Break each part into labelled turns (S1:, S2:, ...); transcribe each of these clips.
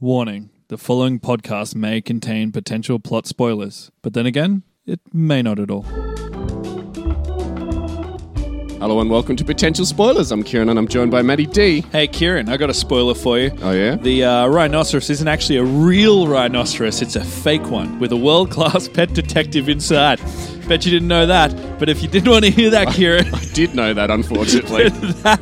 S1: Warning the following podcast may contain potential plot spoilers, but then again, it may not at all.
S2: Hello and welcome to Potential Spoilers. I'm Kieran and I'm joined by Maddie D.
S1: Hey, Kieran, I got a spoiler for you.
S2: Oh, yeah?
S1: The uh, rhinoceros isn't actually a real rhinoceros, it's a fake one with a world class pet detective inside. Bet you didn't know that, but if you didn't want to hear that, Kieran,
S2: I did know that, unfortunately.
S1: that,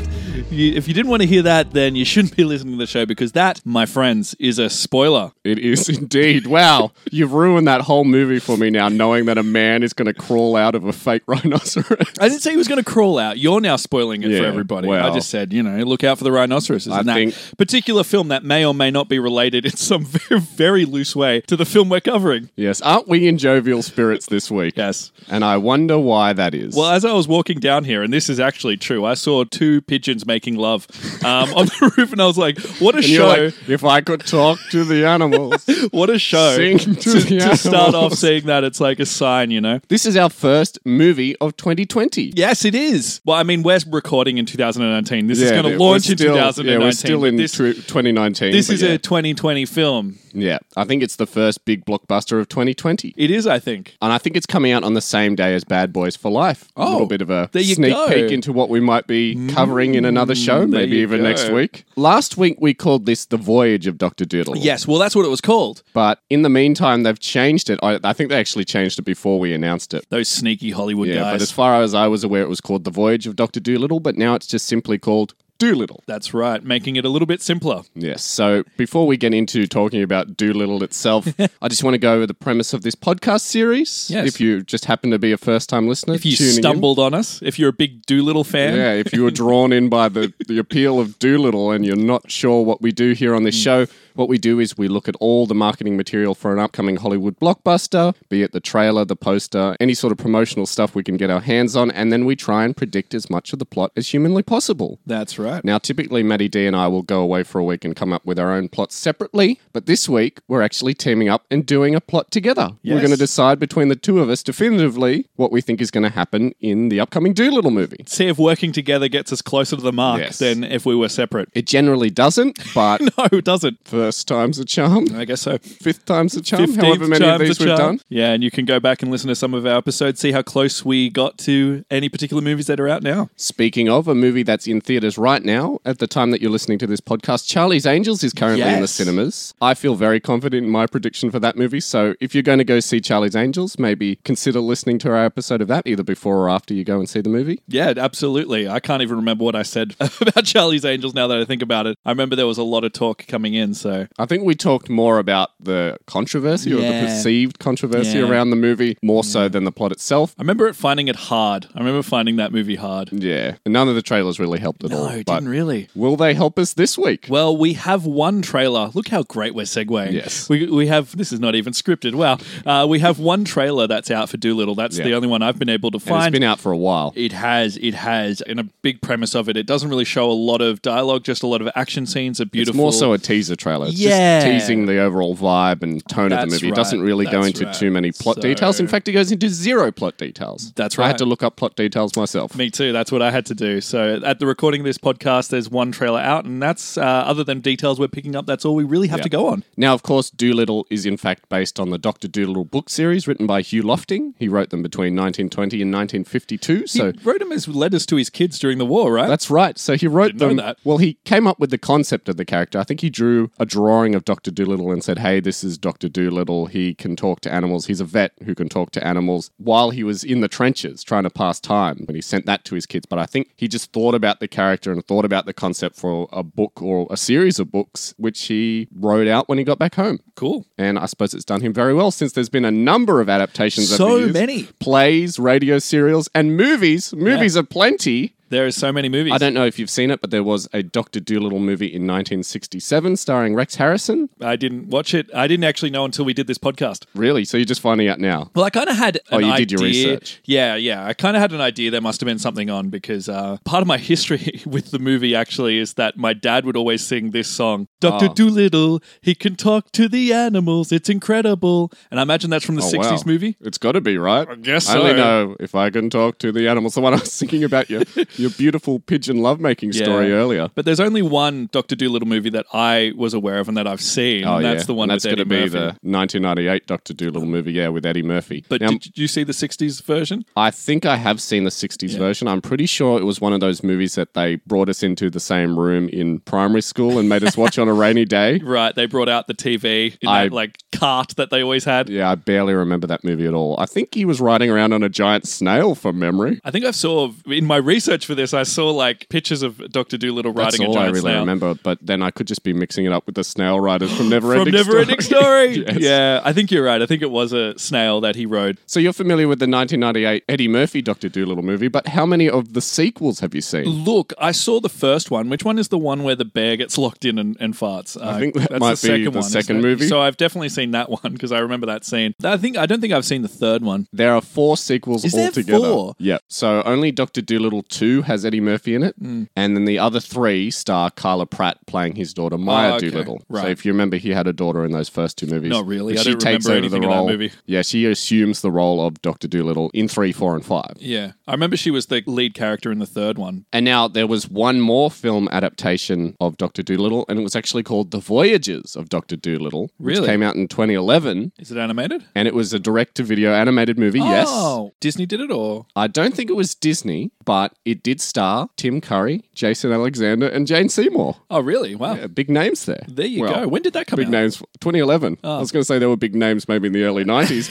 S1: you, if you didn't want to hear that, then you shouldn't be listening to the show because that, my friends, is a spoiler.
S2: it is indeed. Wow, you've ruined that whole movie for me now, knowing that a man is going to crawl out of a fake rhinoceros.
S1: I didn't say he was going to crawl out. You're now spoiling it for
S2: Yeah,
S1: everybody.
S2: well.
S1: I just said, you know, look out for the rhinoceroses.
S2: I
S1: in that
S2: think-
S1: particular film that may or may not be related in some very, very loose way to the film we're covering.
S2: yes, aren't we in jovial spirits this week?
S1: Yes.
S2: And I wonder why that is.
S1: Well, as I was walking down here, and this is actually true, I saw two pigeons making love um, on the roof, and I was like, "What a
S2: and you're
S1: show!
S2: like, if I could talk to the animals.
S1: what a show!"
S2: Sing to the
S1: to start off
S2: animals.
S1: saying that, it's like a sign, you know.
S2: this is our first movie of 2020.
S1: Yes, it is. Well, I mean, we're recording in 2019. This is
S2: Yeah,
S1: going to
S2: we're
S1: launch in
S2: still-
S1: 2019.
S2: Yeah, we're still in
S1: this,
S2: tw- 2019.
S1: this
S2: but
S1: is
S2: yeah.
S1: a 2020 film.
S2: Yeah, I think it's the first big blockbuster of 2020.
S1: It is, I think.
S2: And I think it's coming out on the same day as Bad Boys for Life. a little bit of a
S1: Oh, there you
S2: sneak
S1: go. Mm,
S2: peek into what we might be covering in another show,
S1: there
S2: maybe
S1: you
S2: even
S1: go.
S2: next week. Last week we called this The Voyage of Dr. Doodle.
S1: Yes, well, that's what it was called.
S2: But in the meantime, they've changed it. I, I think they actually changed it before we announced it.
S1: Those sneaky Hollywood
S2: Yeah, but
S1: guys.
S2: as far as I was aware, it was called The Voyage of Dr. Doolittle, but now it's just simply called Doolittle.
S1: that's right, making it a little bit simpler.
S2: Yes. So before we get into talking about Doolittle itself, I just want to go over the premise of this podcast series.
S1: Yes.
S2: If you just happen to be a first time listener,
S1: If you
S2: tuning in.
S1: stumbled on us, if you're a big Doolittle fan,
S2: Yeah, if you were drawn in by the, the appeal of Doolittle and you're not sure what we do here on
S1: Mm.
S2: this show, what we do is we look at all the marketing material for an upcoming Hollywood blockbuster, be it the trailer, the poster, any sort of promotional stuff we can get our hands on, and then we try and predict as much of the plot as humanly possible.
S1: that's right.
S2: Now, typically, Maddie D and I will go away for a week and come up with our own plots separately, but this week we're actually teaming up and doing a plot together. We're
S1: Yes.
S2: going to decide between the two of us definitively what we think is going to happen in the upcoming Doolittle movie.
S1: See if working together gets us closer to the mark
S2: Yes.
S1: than if we were separate.
S2: It generally doesn't, but
S1: No, it doesn't.
S2: first time's a charm,
S1: I guess so.
S2: fifth time's a charm,
S1: 15th
S2: however many of
S1: time's
S2: these
S1: the
S2: we've
S1: charm.
S2: done.
S1: Yeah, and you can go back and listen to some of our episodes, see how close we got to any particular movies that are out now.
S2: Speaking of a movie that's in theaters right now, at the time that you're listening to this podcast, Charlie's Angels is currently in the
S1: Yes.
S2: cinemas. I feel very confident in my prediction for that movie. So if you're going to go see Charlie's Angels, maybe consider listening to our episode of that either before or after you go and see the movie.
S1: Yeah, absolutely. I can't even remember what I said about Charlie's Angels now that I think about it. I remember there was a lot of talk coming in, so
S2: I think we talked more about the controversy or the
S1: Yeah.
S2: perceived controversy
S1: Yeah.
S2: around the movie more so than the plot itself.
S1: I remember it finding it hard. I remember finding that movie hard. Oh,
S2: Yeah, none of the trailers really helped at all.
S1: it
S2: but
S1: didn't really.
S2: will they help us this week?
S1: Well, we have one trailer. Look how great we're segueing.
S2: Yes.
S1: We, we have, this is not even scripted. Wow. Uh, we have one trailer that's out for Doolittle. That's
S2: Yeah.
S1: the only one I've been able to
S2: And it's
S1: find.
S2: been out for a while.
S1: It has, it has. And a big premise of it, it doesn't really show a lot of dialogue, just a lot of action scenes. A
S2: It's
S1: beautiful.
S2: more so a teaser trailer. It's
S1: Yeah.
S2: just teasing the overall vibe and tone of
S1: That's
S2: the movie. It
S1: right.
S2: doesn't really go
S1: That's
S2: into
S1: right.
S2: too many plot
S1: So-
S2: details. In fact, it goes into zero plot details.
S1: That's
S2: I had to
S1: right.
S2: look up plot details myself.
S1: Me too. That's what I had to do. So at the recording of this podcast, there's one trailer out, and that's uh, other than details we're picking up. That's all we really have to go on.
S2: Now, of course, Doolittle is in fact based on the Doctor Doolittle book series written by Hugh Lofting. He wrote them between 1920 and 1952. So
S1: he wrote him as letters to his kids during the war, right?
S2: That's right. So he wrote
S1: know
S2: them.
S1: that.
S2: Well, he came up with the concept of the character. I think he drew a drawing of Doctor Doolittle and said, "Hey, this is Doctor Doolittle. He can talk to animals. He's a vet who can talk to animals." While he was in the trenches trying to pass time, and he sent that to his kids. But I think he just thought about the character and thought about the concept for a book or a series of books, which he wrote out when he got back home.
S1: cool.
S2: And I suppose it's done him very well since there's been a number of adaptations. over
S1: So
S2: the years.
S1: many.
S2: plays, radio serials, and movies. Movies are plenty.
S1: There are so many movies.
S2: I don't know if you've seen it, but there was a Doctor Doolittle movie in 1967 starring Rex Harrison.
S1: I didn't watch it. I didn't actually know until we did this podcast.
S2: Really? So you're just finding out now?
S1: Well, I kind of had an
S2: Oh, you
S1: idea.
S2: did your research.
S1: Yeah, yeah. I kind of had an idea there must have been something on because uh, part of my history with the movie actually is that my dad would always sing this song, Doctor
S2: Ah.
S1: Doolittle. He can talk to the animals. It's incredible. And I imagine that's from the
S2: Oh, Wow.
S1: '60s movie.
S2: It's got to be right. I
S1: guess
S2: I only
S1: so.
S2: know if I can talk to the animals. The one I was thinking about you. your beautiful pigeon lovemaking story
S1: Yeah.
S2: earlier.
S1: But there's only one Doctor Dolittle movie that I was aware of and that I've seen. and that's the one
S2: Oh, And that's
S1: with
S2: going to
S1: Eddie
S2: be
S1: Murphy.
S2: the 1998 Doctor Doolittle movie, yeah, with Eddie Murphy.
S1: But
S2: now,
S1: did you see the '60s version?
S2: I think I have seen the 60s version. I'm pretty sure it was one of those movies that they brought us into the same room in primary school and made us watch on a rainy day.
S1: Right, they brought out the TV in
S2: I-
S1: that like cart that they always had.
S2: Yeah, I barely remember that movie at all. I think he was riding around on a giant snail from memory.
S1: I think I saw in my research for this, I saw like pictures of Doctor Dolittle
S2: That's
S1: riding a
S2: all I
S1: giant
S2: really
S1: snail.
S2: remember, but then I could just be mixing it up with the snail riders from Never
S1: From
S2: Ending
S1: Never Ending Story.
S2: Yes.
S1: Yeah, I think you're right. I think it was a snail that he rode.
S2: So you're familiar with the 1998 Eddie Murphy Doctor Dolittle movie, but how many of the sequels have you seen?
S1: Look, I saw the first one. Which one is the one where the bear gets locked in and, and farts? Uh, I
S2: think that might be the second movie.
S1: So I've definitely seen that one because I remember that scene. I think I don't think I've seen the third one.
S2: There are four sequels
S1: Is there
S2: altogether.
S1: four?
S2: Yeah. So only Doctor Dolittle 2 has Eddie Murphy in it,
S1: Hmm.
S2: and then the other three star Carla Pratt playing his daughter Maya
S1: Oh, okay.
S2: Doolittle. So
S1: Right.
S2: if you remember, he had a daughter in those first two movies.
S1: Not really.
S2: But
S1: I
S2: she
S1: don't
S2: takes
S1: remember
S2: over the
S1: anything in that
S2: role-
S1: movie.
S2: Yeah, she assumes the role of Doctor Dolittle in 3, 4, and 5.
S1: Yeah, I remember she was the lead character in the third one.
S2: And now there was one more film adaptation of Doctor Dolittle, and it was actually called The Voyages of Doctor Dolittle, which
S1: Really?
S2: came out in 2011,
S1: Is it animated?
S2: and it was a direct-to-video animated movie. Yes,
S1: Oh, Disney did it, or
S2: I don't think it was Disney, but it did star Tim Curry, Jason Alexander, and Jane Seymour.
S1: oh, really? Wow,
S2: Yeah, big names there.
S1: there you
S2: Well,
S1: go. Oh. When did that come
S2: Big
S1: out?
S2: names, 2011. I was going to say there were big names maybe in the early 90s,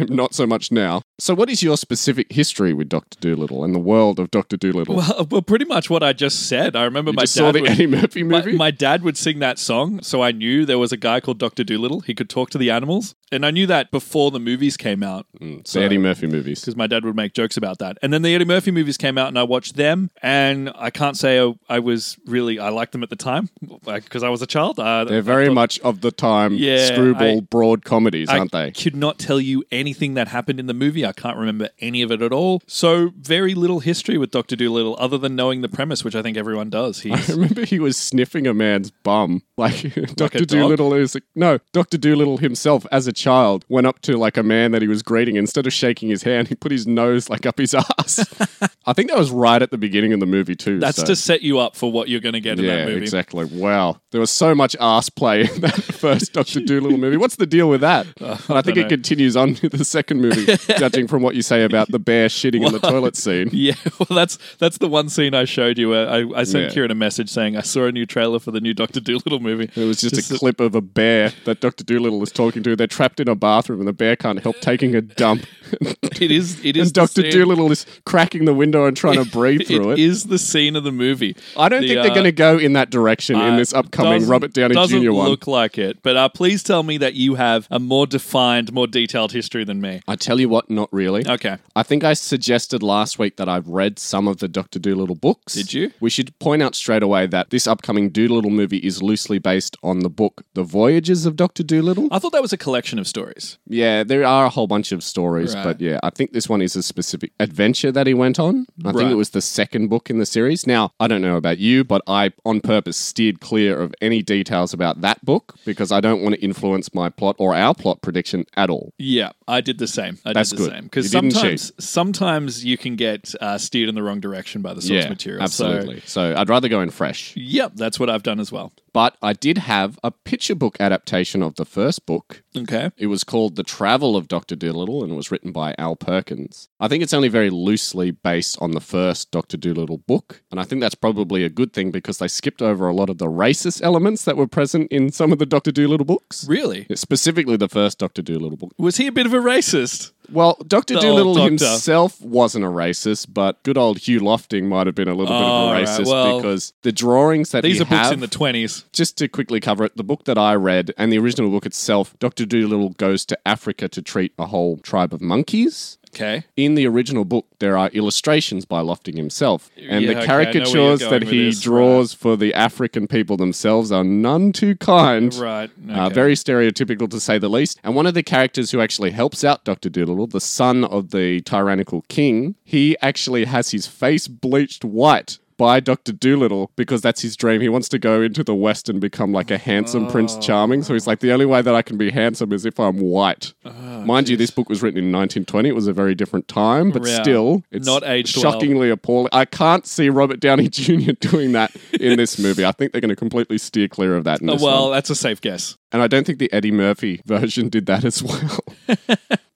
S2: but not so much now. So, what is your specific history with Doctor Dolittle and the world of Doctor Dolittle?
S1: Well, well, pretty much what I just said. I remember
S2: you
S1: my
S2: just
S1: dad
S2: saw the
S1: would-
S2: Eddie Murphy
S1: My,
S2: movie.
S1: my dad would sing that song, so I knew there was a guy called Doctor Doolittle. He could talk to the animals, and I knew that before the movies came out
S2: the Eddie Murphy movies.
S1: because my dad would make jokes about that. And then the Eddie Murphy movies came out, and I watched them. And I can't say I, I was really I liked them at the time because I was a child. Uh,
S2: They're very much of the time
S1: Yeah,
S2: screwball
S1: I-
S2: broad comedies,
S1: I
S2: aren't they?
S1: could not tell you anything that happened in the movie. I can't remember any of it at all. So very little history with Doctor Doolittle, other than knowing the premise, which I think everyone does.
S2: I
S1: He's
S2: remember he was sniffing a man's bum. Like Doctor
S1: dog?
S2: Doolittle is no Doctor Doolittle himself as a child went up to like a man that he was greeting. Instead of shaking his hand, he put his nose like up his ass. I think that was right at the beginning of the movie too.
S1: that's
S2: so-
S1: to set you up for what you're going to get in
S2: yeah,
S1: that movie.
S2: exactly. Wow, there was so much ass play in that first Doctor Doolittle movie. What's the deal with that? and I think it
S1: Uh, know.
S2: continues on to the second movie, judging from what you say about the bear shitting in the toilet scene.
S1: Yeah, well, that's that's the one scene I showed you. Where I, I sent
S2: Yeah.
S1: Kieran a message saying I saw a new trailer for the new Doctor Doolittle movie.
S2: It was just, a clip of a bear that Dr. Doolittle is talking to. They're trapped in a bathroom and the bear can't help taking a dump.
S1: It is. It is
S2: and
S1: the
S2: Dr.
S1: scene-
S2: Doolittle is cracking the window and trying to breathe through it.
S1: It is the scene of the movie.
S2: I don't
S1: The,
S2: think they're
S1: uh,
S2: going to go in that direction in
S1: uh,
S2: this upcoming
S1: doesn't-
S2: Robert Downey
S1: doesn't
S2: Jr. one.
S1: look like it, but uh, please tell me that you have a more defined, more detailed history than me.
S2: I tell you what, not really.
S1: Okay.
S2: I think I suggested last week that I've read some of the Doctor Doolittle books.
S1: Did you?
S2: We should point out straight away that this upcoming Doolittle movie is loosely based on the book The Voyages of Doctor Doolittle.
S1: I thought that was a collection of stories.
S2: Yeah, there are a whole bunch of stories,
S1: Right.
S2: but yeah, I think this one is a specific adventure that he went on. I think
S1: Right.
S2: it was the second book in the series. Now, I don't know about you, but I on purpose steered clear of any details about that book because I don't want to influence my plot or our plot prediction at all.
S1: Yeah, I did the same. I
S2: That's
S1: did the
S2: good.
S1: same
S2: You
S1: because
S2: didn't
S1: sometimes sometimes you can get uh, steered in the wrong direction by the source material. So,
S2: absolutely. So, I'd rather go in fresh.
S1: yep, that's what I've done as well.
S2: But I did have a picture book adaptation of the first book.
S1: Okay.
S2: It was called The Travel of Dr. Dolittle and was written by Al Perkins. I think it's only very loosely based on the first Dr. Dolittle book, and I think that's probably a good thing because they skipped over a lot of the racist elements that were present in some of the Dr. Dolittle books.
S1: Really?
S2: Specifically, the first Dr. Dolittle book.
S1: Was he a bit of a racist?
S2: Well, Dr.
S1: The old
S2: Dolittle
S1: doctor.
S2: himself wasn't a racist, but good old Hugh Lofting might have been a little
S1: Oh,
S2: bit
S1: right.
S2: of a racist
S1: Well,
S2: because the drawings that
S1: These
S2: he
S1: are books
S2: have-
S1: in the twenties.
S2: just to quickly cover it, the book that I read and the original book itself, Dr. Doolittle goes to Africa to treat a whole tribe of monkeys.
S1: Okay.
S2: In the original book, there are illustrations by Lofting himself, and
S1: Yeah,
S2: the
S1: okay, I know where you're
S2: caricatures
S1: going
S2: that
S1: with
S2: he
S1: this,
S2: draws for the African people themselves are none too kind.
S1: Right. Okay.
S2: Uh, very stereotypical to say the least. And one of the characters who actually helps out Dr. Doolittle, the son of the tyrannical king, he actually has his face bleached white by Dr. Doolittle because that's his dream. He wants to go into the
S1: Oh. Oh,
S2: West and become like a handsome Prince Charming. So he's like, the only way that I can be handsome is if I'm white. Mind you, this book was written in 1920. It was a very different time, but
S1: Yeah.
S2: still, it's
S1: Not aged well.
S2: shockingly appalling. I can't see Robert Downey Jr. doing that in this movie. I think they're going to completely steer clear of that. In
S1: Uh,
S2: this
S1: well,
S2: one.
S1: that's a safe guess.
S2: and I don't think the Eddie Murphy version did that as well.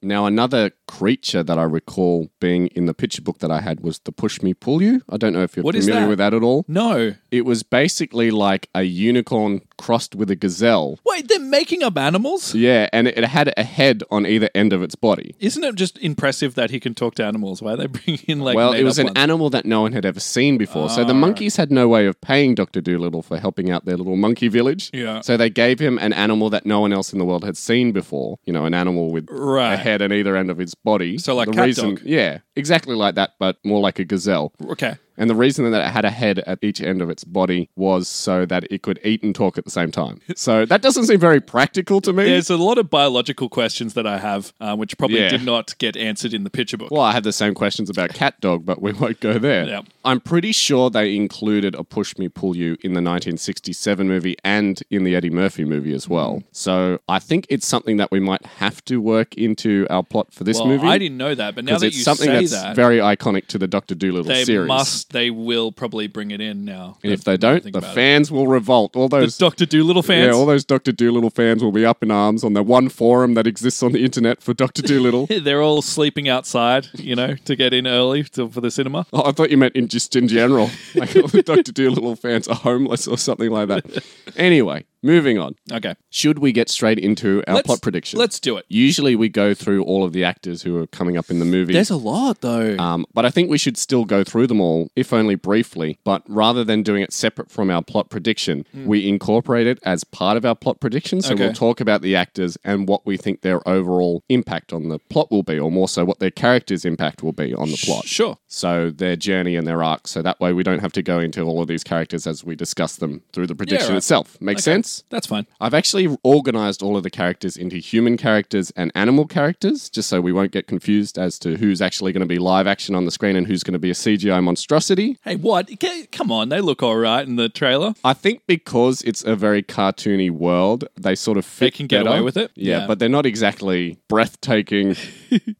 S2: now, another creature that I recall being in the picture book that I had was the Push Me Pull You. I don't know if you're
S1: What is
S2: familiar
S1: that?
S2: with that at all.
S1: No.
S2: It was basically like a unicorn crossed with a gazelle.
S1: Wait, they're making up animals?
S2: Yeah, and it it had a head on either end of its body.
S1: Isn't it just impressive that he can talk to animals? Why are they bringing in like
S2: well, it
S1: made-up
S2: was an
S1: ones? Ah.
S2: animal that no one had ever seen before. So the monkeys had no way of paying Dr. Doolittle for helping out their little monkey village.
S1: Yeah.
S2: So they gave him an animal that no one else in the world had seen before. You know, an animal with
S1: Right.
S2: a head on either end of its body.
S1: So like
S2: the
S1: cat
S2: reason,
S1: dog.
S2: Yeah, exactly like that, but more like a gazelle.
S1: Okay.
S2: And the reason that it had a head at each end of its body was so that it could eat and talk at the same time. So that doesn't seem very practical to me.
S1: There's a lot of biological questions that I have, um, which probably
S2: Yeah.
S1: did not get answered in the picture book.
S2: Well, I have the same questions about cat dog, but we won't go there.
S1: Yeah.
S2: I'm pretty sure they included a push me pull you in the 1967 movie and in the Eddie Murphy movie as well.
S1: Mm.
S2: So I think it's something that we might have to work into our plot for this
S1: Well,
S2: movie.
S1: I didn't know that, but now
S2: because
S1: that
S2: it's
S1: you
S2: something
S1: say
S2: that's
S1: that,
S2: very iconic to the Doctor Doolittle
S1: they
S2: series.
S1: must, they will probably bring it in now.
S2: and if they don't,
S1: think
S2: the
S1: about it.
S2: fans will revolt. All those
S1: Doctor Doolittle fans.
S2: yeah, all those Doctor Doolittle fans will be up in arms on the one forum that exists on the internet for Doctor Doolittle.
S1: they're all sleeping outside, you know, to get in early to, for the cinema.
S2: Oh, I thought you meant in just in general. Like all the Doctor Doolittle fans are homeless or something like that. Anyway, moving on.
S1: Okay.
S2: Should we get straight into our plot prediction?
S1: Let's do it.
S2: Usually we go through all of the actors who are coming up in the movie.
S1: a lot, though.
S2: um, but I think we should still go through them all, if only briefly. But rather than doing it separate from our plot prediction, we incorporate it as part of our plot prediction. So
S1: Hmm. Okay.
S2: we'll talk about the actors and what we think their overall impact on the plot will be, or more so, what their characters' impact will be on the plot
S1: sure.
S2: so their journey and their arc. So that way we don't have to go into all of these characters as we discuss them through the prediction
S1: right.
S2: itself. Make sense?
S1: That's fine.
S2: I've actually organized all of the characters into human characters and animal characters, just so we won't get confused as to who's actually going to be live action on the screen and who's going to be a CGI monstrosity.
S1: Hey, what? C- Come on, they look all right in the trailer.
S2: I think because it's a very cartoony world, they sort of fit
S1: can get
S2: better.
S1: away with it.
S2: Yeah,
S1: Yeah.
S2: but they're not exactly breathtaking,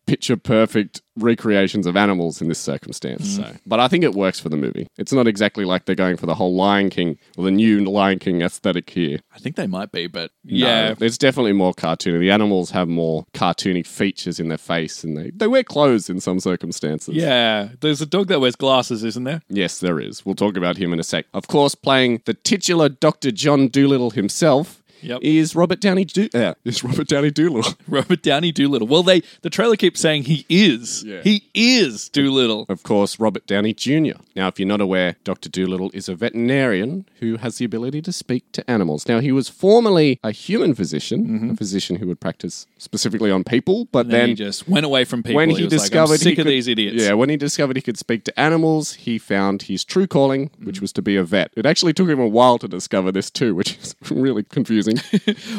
S2: picture perfect recreations of animals in this
S1: Mm.
S2: circumstance. So, but I think it works for the movie. It's not exactly like they're going for the whole Lion King or the new Lion King aesthetic here.
S1: I think they might be, but
S2: No,
S1: yeah.
S2: there's definitely more cartoony. The animals have more cartoony features in their face, and they they wear clothes in some circumstances.
S1: Yeah. There's a dog that wears glasses, isn't there?
S2: Yes, there is. We'll talk about him in a sec. Of course, playing the titular Dr. John Doolittle himself
S1: Yep.
S2: is Robert Downey. Do- uh, is Robert Downey Doolittle?
S1: Robert Downey Doolittle. Well, they the trailer keeps saying he is.
S2: Yeah.
S1: He is Doolittle.
S2: Of course, Robert Downey Jr. Now, if you're not aware, Dr. Doolittle is a veterinarian who has the ability to speak to animals. Now, he was formerly a human physician, a physician who would practice specifically on people, but
S1: Mm-hmm. And
S2: then
S1: he just went away from people.
S2: when
S1: he,
S2: he,
S1: was like,
S2: discovered
S1: I'm sick
S2: he
S1: of
S2: could-
S1: these idiots.
S2: Yeah, when he discovered he could speak to animals, he found his true calling, which
S1: Mm-hmm.
S2: was to be a vet. It actually took him a while to discover this too, which is really confusing.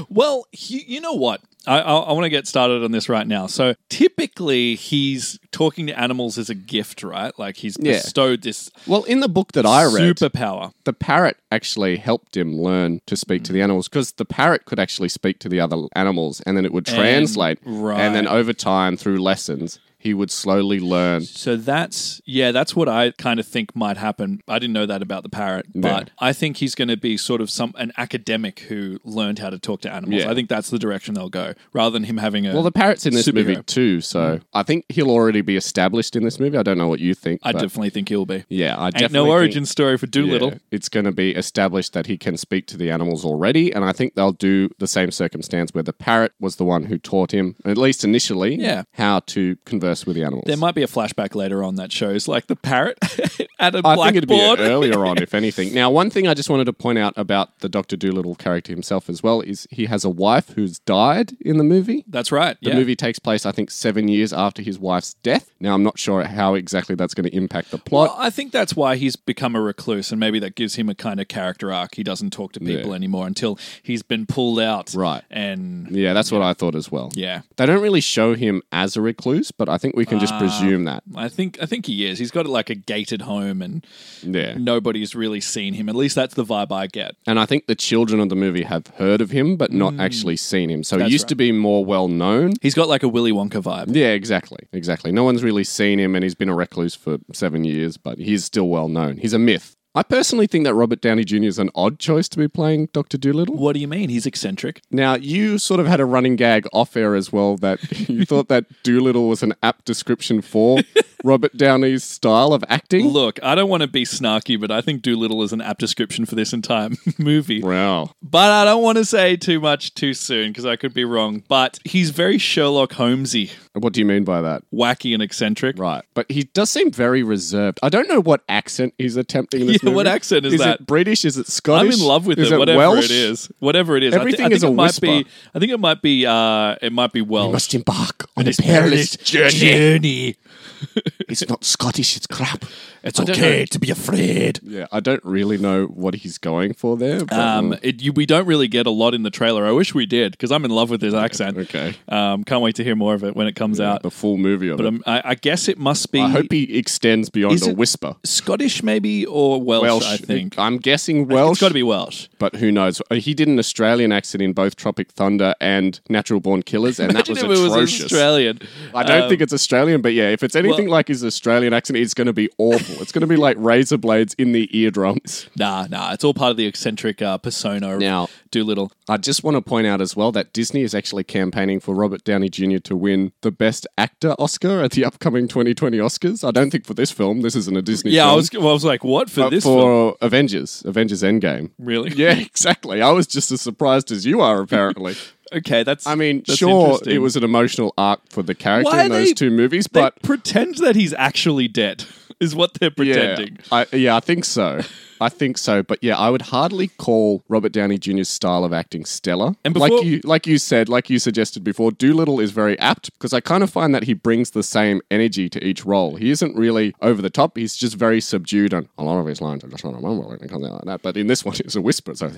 S1: Well, he, you know what? I, I, I want to get started on this right now. So typically, he's talking to animals as a gift, right? Like he's
S2: Yeah.
S1: bestowed this
S2: well, in the book that I read,
S1: superpower.
S2: the parrot actually helped him learn to speak to the
S1: Mm.
S2: animals because the parrot could actually speak to the other animals and then it would translate.
S1: right.
S2: And then over time, through lessons, he would slowly learn.
S1: So that's yeah, that's what I kind of think might happen. I didn't know that about the parrot, but I think he's going to be sort of some an academic who learned how to talk to animals.
S2: Yeah.
S1: I think that's the direction they'll go, rather than him having a.
S2: Well, the parrot's in this
S1: Superhero. Mm.
S2: movie too, so I think he'll already be established in this movie. I don't know what you think.
S1: I
S2: but
S1: definitely think he'll be.
S2: Yeah, I
S1: Ain't
S2: definitely
S1: no
S2: think-
S1: origin story for Doolittle.
S2: Yeah, it's going to be established that he can speak to the animals already, and I think they'll do the same circumstance where the parrot was the one who taught him, at least initially,
S1: Yeah.
S2: how to converse with the animals.
S1: There might be a flashback later on that shows like the parrot at a
S2: I think it'd be
S1: blackboard.
S2: earlier on, if anything. Now, one thing I just wanted to point out about the Doctor Doolittle character himself as well is he has a wife who's died in the movie.
S1: That's right.
S2: The
S1: yeah.
S2: movie takes place, I think, seven years after his wife's death. Now, I'm not sure how exactly that's going to impact the plot.
S1: Well, I think that's why he's become a recluse, and maybe that gives him a kind of character arc. He doesn't talk to people anymore until he's been pulled out.
S2: Right.
S1: And
S2: yeah, that's what I thought as well.
S1: yeah,
S2: They don't really show him as a recluse, but I think we can
S1: Ah.
S2: just presume that.
S1: I think I think he is. He's got like a gated home, and
S2: Yeah.
S1: nobody's really seen him. At least that's the vibe I get.
S2: And I think the children of the movie have heard of him, but not actually seen him. So he used to be more well known.
S1: He's got like a Willy Wonka vibe.
S2: Yeah, exactly. Exactly. No one's really seen him, and he's been a recluse for seven years, but he's still well known. He's a myth. I personally think that Robert Downey Jr. is an odd choice to be playing Dr. Doolittle.
S1: What do you mean? He's eccentric.
S2: Now, you sort of had a running gag off air as well that you thought that Doolittle was an apt description for Robert Downey's style of acting.
S1: Look, I don't want to be snarky, but I think Doolittle is an apt description for this entire movie.
S2: Wow.
S1: But I don't want to say too much too soon because I could be wrong. But he's very Sherlock Holmesy,
S2: What do you mean by that?
S1: wacky and eccentric.
S2: Right. But he does seem very reserved. I don't know what accent he's attempting in this
S1: Yeah, what
S2: movie.
S1: accent is that?
S2: it British? Is it
S1: I'm
S2: Scottish?
S1: in love with
S2: is
S1: it, whatever
S2: Welsh?
S1: it is. Whatever it is, I thi-
S2: Everything
S1: I think
S2: is a
S1: it might be.
S2: whisper.
S1: I think it might be. Uh, it might be Welsh.
S2: Must embark on a
S1: This
S2: perilous
S1: perilous
S2: journey.
S1: journey.
S2: It's not Scottish, it's crap.
S1: It's
S2: don't
S1: to be afraid.
S2: Yeah, I don't really know what he's going for there. But,
S1: Um, it, you, we don't really get a lot in the trailer. I wish we did because I'm in love with his accent.
S2: okay.
S1: Um, can't wait to hear more of it when it comes out.
S2: the full movie of
S1: uh, But
S2: it.
S1: um, I, I guess it must be
S2: I hope he extends beyond
S1: Is
S2: a
S1: it-
S2: whisper.
S1: Scottish, maybe, or Welsh.
S2: Welsh.
S1: I think
S2: I'm guessing Welsh.
S1: it's got to be Welsh.
S2: but who knows? Uh, He did an Australian accent in both Tropic Thunder and Natural Born Killers, and that was
S1: Imagine if it was
S2: atrocious.
S1: Australian.
S2: I don't
S1: Um,
S2: think it's Australian, but yeah, if it's anything like his Australian accent, it's going to be awful. it's going to be like razor blades in the eardrums.
S1: Nah, nah. It's all part of the eccentric uh, persona of
S2: Now-
S1: Doolittle.
S2: I just want to point out as well that Disney is actually campaigning for Robert Downey Jr. to win the Best Actor Oscar at the upcoming 2020 Oscars. I don't think for this film. This isn't a Disney
S1: Yeah, I
S2: film,
S1: was. Well, I was like, what for
S2: but
S1: this?
S2: for
S1: film?
S2: Avengers, Avengers Endgame.
S1: Really?
S2: Yeah, exactly. I was just as surprised as you are, apparently.
S1: Okay, that's.
S2: I mean,
S1: that's
S2: sure,
S1: interesting.
S2: it was an emotional arc for the character
S1: Why
S2: in
S1: are
S2: those
S1: they-
S2: two movies,
S1: They
S2: but
S1: pretend that he's actually dead is what they're
S2: yeah,
S1: pretending.
S2: I, yeah, I think so. I think so, but yeah, I would hardly call Robert Downey Jr.'s style of acting stellar.
S1: And
S2: like
S1: before-
S2: you, like you said, like you suggested before, Doolittle is very apt because I kind of find that he brings the same energy to each role. He isn't really over the top. He's just very subdued, and a lot of his lines are just not a mumble and it comes out like that. But in this one, it's a whisper, so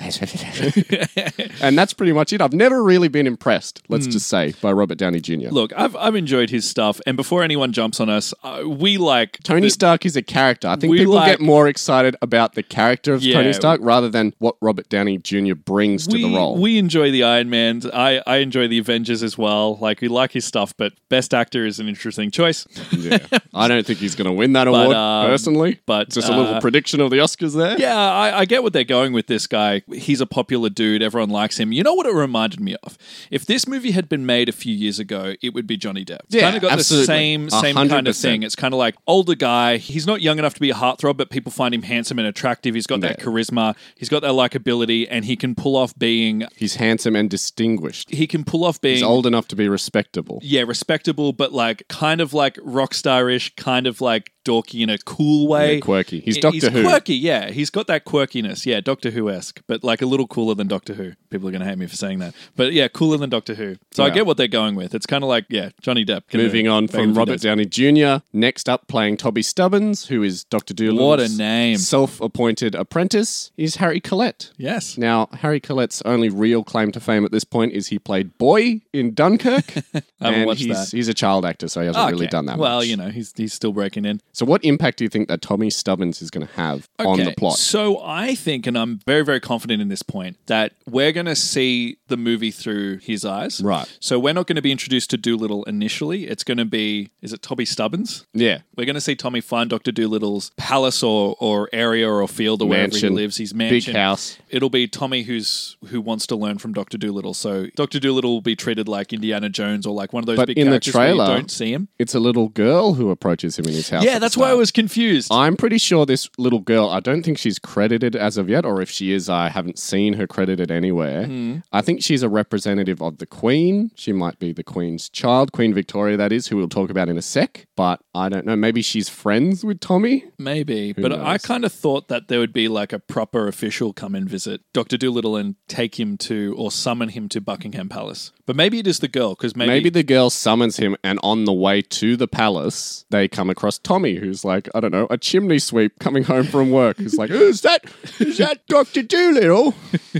S2: and that's pretty much it. I've never really been impressed.
S1: Hmm.
S2: Let's just say by Robert Downey Jr.
S1: Look, I've I've enjoyed his stuff, and before anyone jumps on us, uh, we like
S2: Tony Stark is a character. I think
S1: We
S2: people
S1: like-
S2: get more excited about the character of
S1: Yeah.
S2: Tony Stark rather than what Robert Downey Jr. brings
S1: we,
S2: to the role.
S1: We enjoy the Iron Man. I, I enjoy the Avengers as well. Like we like his stuff, but best actor is an interesting choice.
S2: yeah. I don't think he's going to win that award
S1: um,
S2: personally.
S1: but,
S2: just a little
S1: uh,
S2: prediction of the Oscars there.
S1: yeah, I, I get what they're going with this guy. He's a popular dude. Everyone likes him. You know what it reminded me of? If this movie had been made a few years ago, it would be Johnny Depp.
S2: Yeah,
S1: kind of got
S2: absolutely.
S1: the same
S2: A
S1: same
S2: hundred
S1: kind of
S2: percent.
S1: thing. It's kind of like older guy. He's not young enough to be a heartthrob, but people find him handsome and attractive. He's got that
S2: Yeah.
S1: charisma. He's got that likability, and he can pull off being.
S2: He's handsome and distinguished.
S1: He can pull off being
S2: He's old enough to be respectable.
S1: yeah, respectable, but like kind of like rock star-ish, kind of like dorky in a cool way.
S2: Yeah, quirky. He's
S1: I-
S2: Doctor Who.
S1: quirky, yeah. He's got that quirkiness, yeah, Doctor Who esque, but like a little cooler than Doctor Who. People are going to hate me for saying that, but yeah, cooler than Doctor Who. So I
S2: Yeah.
S1: get what they're going with. It's kind of like yeah, Johnny Depp. gonna
S2: Moving on
S1: bang a
S2: from
S1: few
S2: Robert
S1: days.
S2: Downey Jr. Next up, playing Toby Stubbins, who is Doctor Doolittle's
S1: What a name.
S2: self-appointed apprentice, is Harry Collette.
S1: Yes.
S2: Now, Harry Collette's only real claim to fame at this point is he played Boy in Dunkirk. and
S1: watched
S2: he's, he's a child actor, so he hasn't really
S1: Okay.
S2: done that
S1: Well,
S2: much.
S1: you know, he's he's still breaking in.
S2: So, what impact do you think that Tommy Stubbins is going to have on the
S1: Okay,
S2: plot?
S1: So I think, and I'm very, very confident in this point, that we're going to see the movie through his eyes.
S2: Right.
S1: So we're not going to be introduced to Doolittle initially. It's going to be, is it Toby Stubbins?
S2: Yeah.
S1: We're going to see Tommy find Dr. Doolittle's palace or, or area or field or wherever
S2: Mansion.
S1: he lives, his
S2: Big
S1: mansion.
S2: house.
S1: It'll be Tommy who's who wants to learn from Dr. Doolittle. So Dr. Doolittle will be treated like Indiana Jones or like one of those
S2: But
S1: big
S2: in the
S1: characters where you
S2: trailer-
S1: don't see him.
S2: It's a little girl who approaches him in his house.
S1: Yeah,
S2: at
S1: that's why I
S2: start.
S1: was confused.
S2: I'm pretty sure this little girl, I don't think she's credited as of yet, or if she is, I haven't seen her credited anywhere.
S1: Hmm.
S2: I think she's a representative of the Queen. She might be the Queen's child, Queen Victoria, that is, who we'll talk about in a sec. But I don't know. Maybe she's friends with Tommy?
S1: Maybe, but I
S2: knows?
S1: kind of thought that there would be like a proper official come and visit Doctor Doolittle and take him to or summon him to Buckingham Palace. But maybe it is the girl because maybe,
S2: Maybe the girl summons him, and on the way to the palace, they come across Tommy, who's like, I don't know, a chimney sweep coming home from work. Who's like, Who's that? Is that Dr. Doolittle? or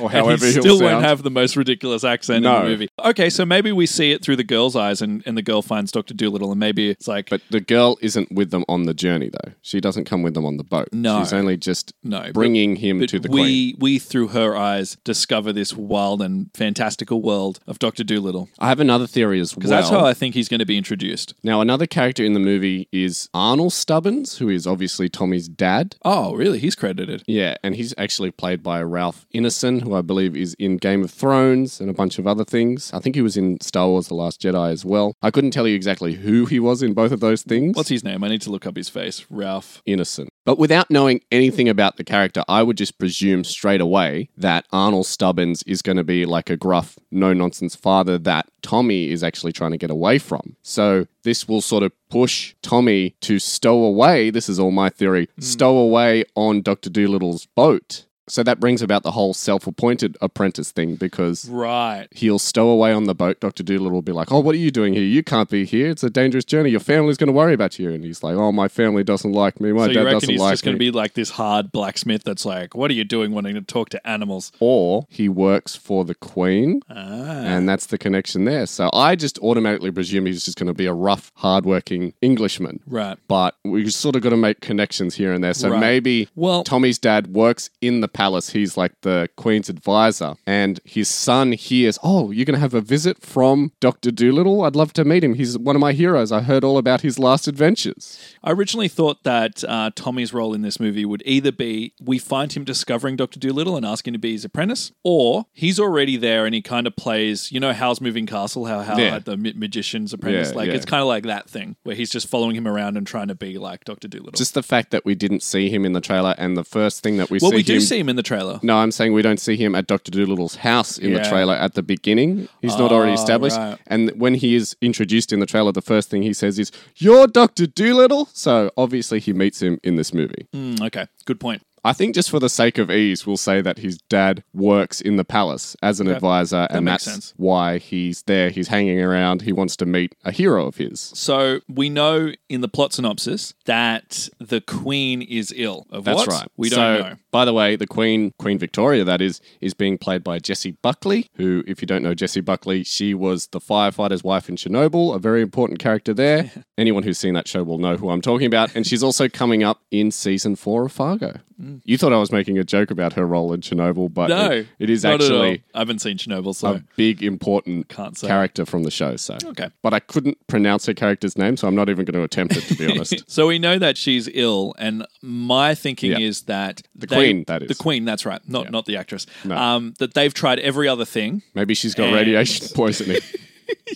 S1: and
S2: however
S1: he
S2: he'll
S1: still won't
S2: sound.
S1: have the most ridiculous accent in
S2: No.
S1: the movie. Okay, so maybe we see it through the girl's eyes, and, and the girl finds Doctor Doolittle, and maybe it's like,
S2: But the girl isn't with them on the journey, though. She doesn't come with them on the boat.
S1: No.
S2: She's only just
S1: No, but-
S2: bringing him
S1: but
S2: to the
S1: we
S2: queen.
S1: we through her eyes discover this wild and fantastical world of Doctor Doolittle
S2: I have another theory as well.
S1: because that's how I think he's going to be introduced.
S2: now, another character in the movie is Arnold Stubbins, who is obviously Tommy's dad.
S1: Oh, really? He's credited.
S2: Yeah, and he's actually played by Ralph Ineson, who I believe is in Game of Thrones and a bunch of other things. I think he was in Star Wars The Last Jedi as well. I couldn't tell you exactly who he was in both of those things.
S1: What's his name? I need to look up his face. Ralph.
S2: innocent. But without knowing anything about the character, I would just presume straight away that Arnold Stubbins is going to be like a gruff, no nonsense father that Tommy is actually trying to get away from. So this will sort of push Tommy to stow away. This is all my theory stow away on Dr. Doolittle's boat. So that brings about the whole self appointed apprentice thing because
S1: Right.
S2: he'll stow away on the boat. Dr. Doolittle will be like, Oh, what are you doing here? You can't be here. It's a dangerous journey. Your family's going to worry about you. And he's like, Oh, my family doesn't like me. My
S1: so you
S2: dad
S1: reckon
S2: doesn't
S1: he's
S2: like
S1: just
S2: me.
S1: going to be like this hard blacksmith that's like, what are you doing wanting to talk to animals?
S2: or he works for the Queen.
S1: Ah.
S2: And that's the connection there. So I just automatically presume he's just going to be a rough, hardworking Englishman.
S1: Right.
S2: But we sort of got to make connections here and there. So
S1: Right.
S2: maybe
S1: Well-
S2: Tommy's dad works in the palace. He's like the Queen's advisor. And his son hears, Oh, you're going to have a visit from Dr. Doolittle? I'd love to meet him. He's one of my heroes. I heard all about his last adventures.
S1: I originally thought that uh, Tommy's role in this movie would either be we find him discovering Dr. Doolittle and asking to be his apprentice, or he's already there and he kind of plays, you know, Howl's Moving Castle, how Hal
S2: Yeah.
S1: had the ma- magician's apprentice.
S2: Yeah,
S1: like,
S2: yeah.
S1: it's kind of like that thing where he's just following him around and trying to be like Dr. Doolittle.
S2: Just the fact that we didn't see him in the trailer and the first thing that we
S1: well,
S2: see
S1: we do
S2: him
S1: see him in the trailer.
S2: No, I'm saying we don't see him at Doctor Doolittle's house in
S1: Yeah.
S2: the trailer at the beginning. He's not already
S1: Ah,
S2: established.
S1: right.
S2: And when he is introduced in the trailer, the first thing he says is, "You're Doctor Doolittle." So obviously, he meets him in this movie.
S1: Mm, okay, good point.
S2: I think just for the sake of ease, we'll say that his dad works in the palace as an advisor, and
S1: makes
S2: that's
S1: sense.
S2: why he's there. He's hanging around. He wants to meet a hero of his.
S1: So we know in the plot synopsis that the queen is ill. Of
S2: That's
S1: what?
S2: right.
S1: We don't
S2: So,
S1: know.
S2: By the way, the Queen, Queen Victoria, that is, is being played by Jessie Buckley, who, if you don't know Jessie Buckley, she was the firefighter's wife in Chernobyl, a very important character there. Anyone who's seen that show will know who I'm talking about. And she's also coming up in season four of Fargo. You thought I was making a joke about her role in Chernobyl, but
S1: Mm. No,
S2: it- it is
S1: not at all.
S2: actually Um,
S1: I haven't seen Chernobyl, so
S2: a big, important
S1: Can't say.
S2: character from the show. So.
S1: okay.
S2: But I couldn't pronounce her character's name, so I'm not even going to attempt it, to be honest.
S1: So we know that she's ill, and my thinking is that the
S2: Queen, that is.
S1: the queen. That's right, not not the actress. Um, that they've tried every other thing.
S2: Maybe she's got
S1: And-
S2: radiation poisoning.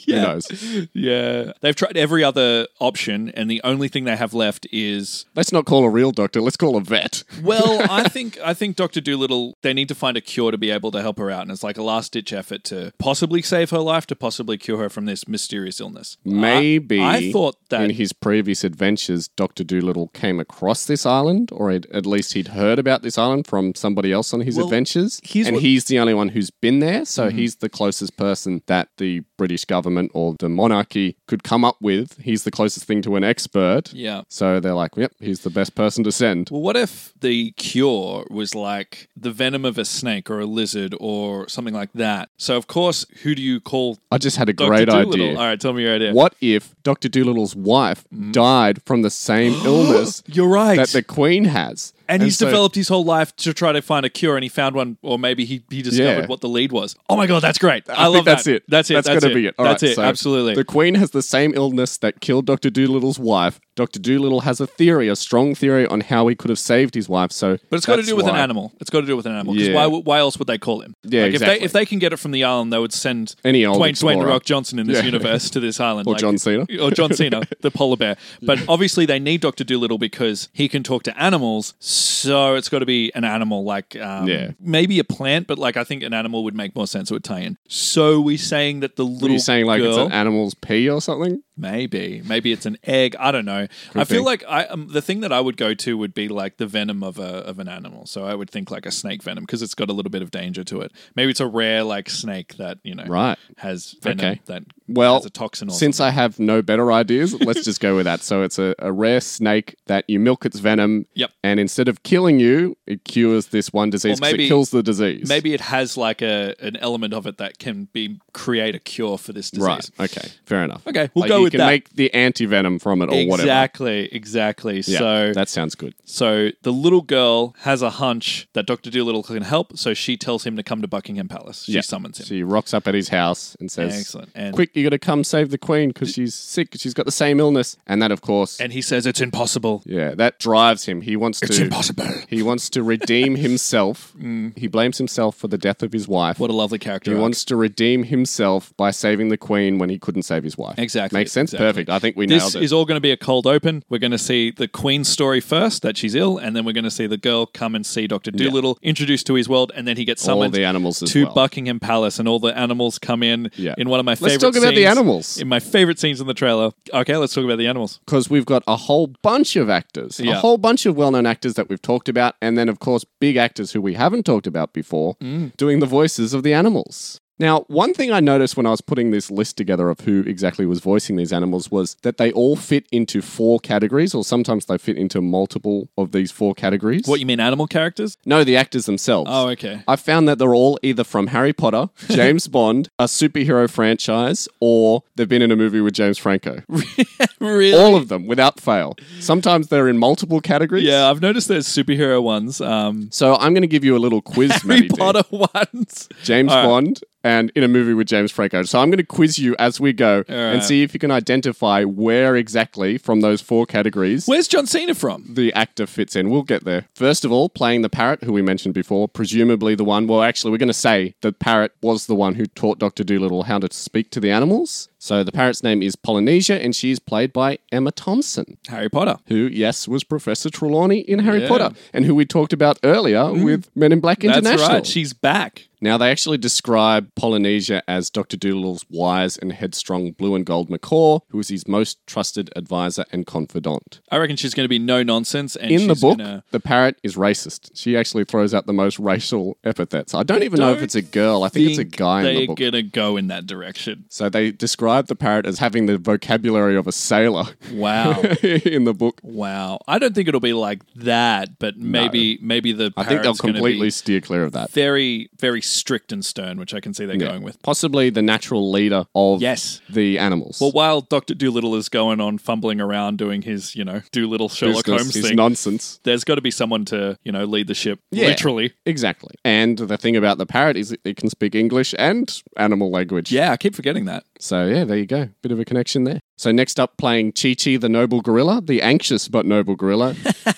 S2: Who knows?
S1: Yeah, they've tried every other option, and the only thing they have left is
S2: Let's not call a real doctor. Let's call a vet.
S1: well, I think I think Doctor Doolittle. They need to find a cure to be able to help her out, and it's like a last ditch effort to possibly save her life, to possibly cure her from this mysterious illness.
S2: Maybe Mm.
S1: I, I thought that
S2: in his previous adventures, Doctor Doolittle came across this island, or at at least he'd heard about this island from somebody else on his adventures.
S1: here's what-
S2: and
S1: Mm-hmm.
S2: he's the only one who's been there, so he's the closest person that the British government or the monarchy could come up with. He's the closest thing to an expert.
S1: yeah.
S2: So they're like, "Yep, he's the best person to send."
S1: Well, what if the cure was like the venom of a snake or a lizard or something like that? So, of course, who do you call
S2: I just had a
S1: Dr.
S2: great
S1: Doolittle?
S2: idea.
S1: All right, tell me your idea.
S2: What if Doctor Doolittle's wife died from the same illness
S1: Mm-hmm. You're right.
S2: that the Queen has?
S1: and he's
S2: so-
S1: developed his whole life to try to find a cure, and he found one, or maybe he, he discovered
S2: Yeah.
S1: what the lead was. Oh my god, that's great! I,
S2: I
S1: love
S2: think that's
S1: that.
S2: it.
S1: That's it. That's,
S2: That's, going to be it. All
S1: that's
S2: right,
S1: it.
S2: so
S1: Absolutely.
S2: The Queen has the same illness that killed Dr. Doolittle's wife Dr. Doolittle has a theory, a strong theory on how he could have saved his wife. So,
S1: But it's got to
S2: that's
S1: do with an
S2: why.
S1: animal. It's got to do with an animal. Because
S2: Yeah.
S1: why, why else would they call him?
S2: Yeah,
S1: like, If they,
S2: exactly.
S1: if they can get it from the island, they would send
S2: Any old
S1: Dwayne, Dwayne The
S2: explorer.
S1: Rock Johnson in this
S2: Yeah.
S1: universe to this island.
S2: Or John Cena.
S1: Or John Cena, the polar bear. But obviously they need Dr. Doolittle because he can talk to animals. So it's got to be an animal like um,
S2: Yeah.
S1: maybe a plant, but like I think an animal would make more sense. It would tie in. So we saying that the little
S2: Are you saying like it's
S1: girl-
S2: an animal's pee or something?
S1: Maybe, maybe it's an egg. I don't know. I feel
S2: be.
S1: like I um, the thing that I would go to would be like the venom of a of an animal. So I would think like a snake venom because it's got a little bit of danger to it. Maybe it's a rare like snake that you know
S2: Right.
S1: has venom
S2: Okay.
S1: that
S2: Well,
S1: has a toxin. Or
S2: Since I have no better ideas, let's just go with that. So it's a, a rare snake that you milk its venom.
S1: Yep.
S2: And instead of killing you, it cures this one disease. 'cause
S1: maybe-
S2: it kills the disease.
S1: maybe it has like a an element of it that can be create a cure for this disease.
S2: Right. Okay. Fair enough.
S1: Okay, we'll
S2: Like,
S1: go
S2: you
S1: with
S2: can
S1: that.
S2: make the anti venom from it or whatever.
S1: Exactly, exactly.
S2: Yeah,
S1: so
S2: that sounds good.
S1: so the little girl has a hunch that Doctor Doolittle can help, so she tells him to come to Buckingham Palace. She
S2: Yeah.
S1: summons him.
S2: She rocks up at his house and says,
S1: Excellent. And
S2: Quick, you got to come save the queen because she's sick. She's got the same illness. And that, of course,
S1: and he says it's impossible.
S2: yeah, that drives him. He wants to.
S1: impossible. Mm.
S2: He wants to redeem himself. He blames himself for the death of his wife.
S1: What a lovely character.
S2: He
S1: arc.
S2: wants to redeem himself by saving the queen when he couldn't save his wife.
S1: Exactly,
S2: Makes sense?
S1: exactly.
S2: Perfect. I think we
S1: this
S2: nailed it.
S1: is all going to be a cold open. We're going to see the Queen's story first, that she's ill, and then we're going to see the girl come and see Doctor Doolittle, introduced to his world, and then he gets
S2: all
S1: summoned
S2: the animals as
S1: to
S2: well.
S1: Buckingham Palace, and all the animals come in.
S2: Yeah.
S1: In one of my favorite.
S2: Let's talk about the
S1: scenes-
S2: animals.
S1: In my favorite scenes in the trailer. Okay, let's talk about the animals.
S2: because we've got a whole bunch of actors,
S1: Yeah.
S2: a whole bunch of well-known actors that we've talked about, and then of course big actors who we haven't talked about before
S1: Mm.
S2: doing the voices of the animals. Now, one thing I noticed when I was putting this list together of who exactly was voicing these animals was that they all fit into four categories, or sometimes they fit into multiple of these four categories.
S1: What you mean, animal characters?
S2: no, the actors themselves.
S1: Oh, okay.
S2: I found that they're all either from Harry Potter, James Bond, a superhero franchise, or they've been in a movie with James Franco.
S1: really?
S2: All of them without fail. Sometimes they're in multiple categories.
S1: yeah, I've noticed there's superhero ones, um,
S2: So I'm going to give you a little quiz,
S1: Harry
S2: Matty D.
S1: Potter ones.
S2: James
S1: All right.
S2: Bond and in a movie with James Franco. So I'm going to quiz you as we go and
S1: right.
S2: see if you can identify where exactly from those four categories
S1: Where's John Cena from?
S2: the actor fits in. We'll get there. First of all, playing the parrot, who we mentioned before, presumably the one. Well, actually, we're going to say the parrot was the one who taught Dr. Doolittle how to speak to the animals. So the parrot's name is Polynesia, and she's played by Emma Thompson,
S1: Harry Potter.
S2: who, yes, was Professor Trelawney in Harry
S1: Yeah. Mm.
S2: Potter, and who we talked about earlier with Men in Black International.
S1: That's right. She's back.
S2: Now, they actually describe Polynesia as Dr. Doolittle's wise and headstrong blue and gold macaw, who is his most trusted advisor and confidant
S1: I reckon she's going to be no nonsense. And
S2: in the
S1: she's
S2: book,
S1: gonna-
S2: the parrot is racist. She actually throws out the most racial epithets. I don't even know if
S1: Don't
S2: it's a girl. I think it's a guy in the
S1: they're
S2: book.
S1: going to go in that direction.
S2: so they describe the parrot as having the vocabulary of a sailor
S1: Wow.
S2: in the book.
S1: wow. I don't think it'll be like that, but maybe maybe the
S2: I think they'll
S1: parrot's gonna
S2: completely
S1: be
S2: steer clear of that.
S1: very very strict and stern, which I can see they're going with.
S2: Possibly the natural leader of
S1: Yes.
S2: the animals.
S1: But while Doctor Doolittle is going on fumbling around doing his you know Doolittle Sherlock
S2: Business
S1: Holmes
S2: is
S1: thing,
S2: nonsense.
S1: there's got to be someone to you know lead the ship.
S2: Yeah.
S1: Literally.
S2: Exactly. And the thing about the parrot is it can speak English and animal language.
S1: Yeah, I keep forgetting that.
S2: So yeah, there you go. Bit of a connection there. So next up, playing Chi Chi, the noble gorilla, the anxious but noble gorilla.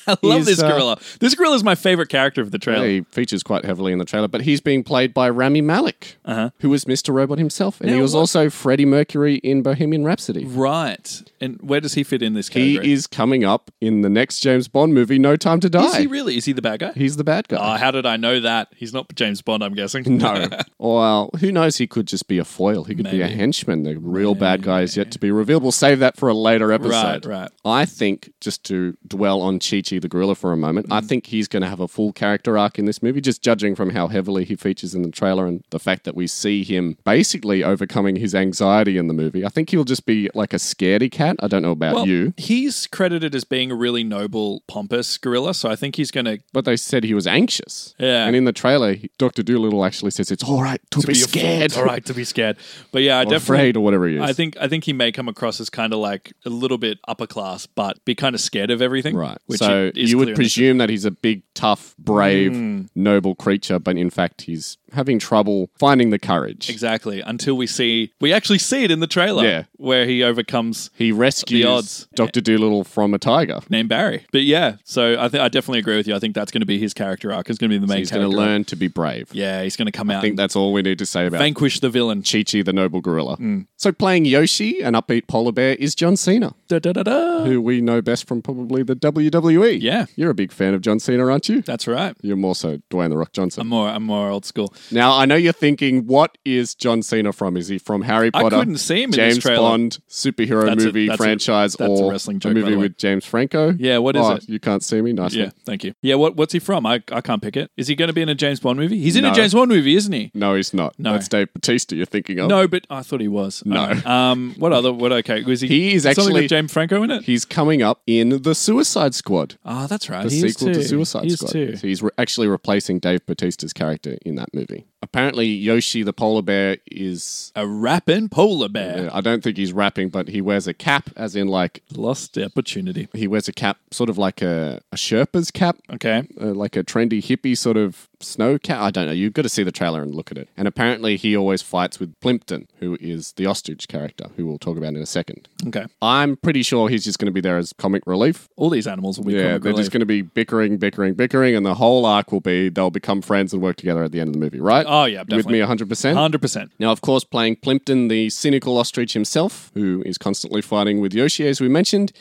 S1: I love
S2: He's,
S1: this
S2: uh,
S1: gorilla. This gorilla is my favorite character of the trailer.
S2: he features quite heavily in the trailer, but he's being played by Rami Malik,
S1: Uh-huh.
S2: who was Mr. Robot himself, and he
S1: Now
S2: was
S1: what-
S2: also Freddie Mercury in Bohemian Rhapsody.
S1: Right. And where does he fit in this category?
S2: He is coming up in the next James Bond movie, No Time to Die.
S1: Is he really? Is he the bad guy?
S2: he's the bad guy.
S1: Oh, how did I know that? He's not James Bond, I'm guessing.
S2: no. Well, who knows? He could just be a foil. He could be a
S1: Maybe.
S2: henchman. The real bad guy is yet to be revealed. We'll save that for a later
S1: right,
S2: episode.
S1: right.
S2: I think, just to dwell on Chi Chi the gorilla for a moment,
S1: Mm.
S2: I think he's going to have a full character arc in this movie, just judging from how heavily he features in the trailer and the fact that we see him basically overcoming his anxiety in the movie. I think he'll just be like a scaredy cat. I don't know about
S1: Well,
S2: you,
S1: he's credited as being a really noble, pompous gorilla, so I think he's going to.
S2: but they said he was anxious.
S1: Yeah.
S2: And in the trailer, he- Dr. Doolittle actually says it's all right to, be, scared
S1: All right, to be scared. But yeah, I
S2: or
S1: definitely.
S2: afraid or whatever he is.
S1: I think I think he may come across as kind of like a little bit upper class, but be kind of scared of everything.
S2: Right.
S1: Which
S2: so
S1: is clear
S2: you
S1: Hmm.
S2: would
S1: in the-
S2: presume that he's a big, tough, brave, noble creature, but in fact, he's having trouble finding the courage.
S1: Exactly. Until we see, we actually see it in the trailer
S2: Yeah.
S1: where he overcomes
S2: He rescues
S1: odds.
S2: Doctor Doolittle from a tiger.
S1: name Barry. But yeah, so I think I definitely agree with you. I think that's going to be his character arc. Is going to be the main
S2: He's going
S1: character.
S2: to
S1: arc.
S2: learn to be brave.
S1: Yeah, he's going to come
S2: I
S1: out
S2: think
S1: and
S2: that's all we need to say about
S1: vanquish the villain.
S2: Chi Chi the noble gorilla.
S1: Hmm.
S2: So playing Yoshi, an upbeat polar bear, is John Cena,
S1: Da, da, da, da.
S2: who we know best from probably the WWE.
S1: Yeah.
S2: You're a big fan of John Cena, aren't you?
S1: That's right.
S2: You're more so Dwayne the Rock Johnson.
S1: I'm more. I'm more old school.
S2: now I know you're thinking, what is John Cena from? Is he from Harry
S1: I
S2: Potter?
S1: couldn't see him in
S2: James
S1: this trailer.
S2: Bond superhero
S1: That's a-
S2: movie
S1: that's a-
S2: franchise
S1: that's a
S2: or
S1: wrestling joke, by
S2: movie
S1: the way.
S2: with James Franco.
S1: Yeah, what is
S2: Oh,
S1: it?
S2: You can't see me. Nice.
S1: Yeah,
S2: one.
S1: thank you. Yeah, what what's he from? I, I can't pick it. Is he going to be in a James Bond movie? He's in
S2: No.
S1: a James Bond movie, isn't he?
S2: No, he's not.
S1: No.
S2: That's Dave Batista you're thinking of.
S1: No, but I thought he was.
S2: No.
S1: Alright. Um. What other? What? Okay. Was he?
S2: He is
S1: something
S2: actually-
S1: with James Franco in it.
S2: He's coming up in The Suicide Squad,
S1: Ah, that's right.
S2: the
S1: he is
S2: sequel to
S1: too.
S2: Suicide
S1: he is
S2: Squad.
S1: too.
S2: So he's re- actually replacing Dave Batista's character in that movie. Apparently, Yoshi the polar bear is. uh,
S1: A rapping polar bear.
S2: I don't think he's rapping, but he wears a cap, as in like
S1: Lost the opportunity.
S2: he wears a cap, sort of like a, a Sherpa's cap,
S1: Okay.
S2: uh, like a trendy hippie sort of snow cat. I don't know. You've got to see the trailer and look at it. And apparently, he always fights with Plimpton, who is the ostrich character, who we'll talk about in a second.
S1: Okay.
S2: I'm pretty sure he's just going to be there as comic relief.
S1: All these animals will be eh?
S2: Yeah,
S1: yeah,
S2: they're just going to be bickering, bickering, bickering, and the whole arc will be they'll become friends and work together at the end of the movie, right?
S1: Oh, yeah,
S2: with me
S1: definitely.
S2: 100%.
S1: Hundred percent.
S2: Now, of course, playing Plimpton, the cynical ostrich himself, who is constantly fighting with Yoshi, as we mentioned,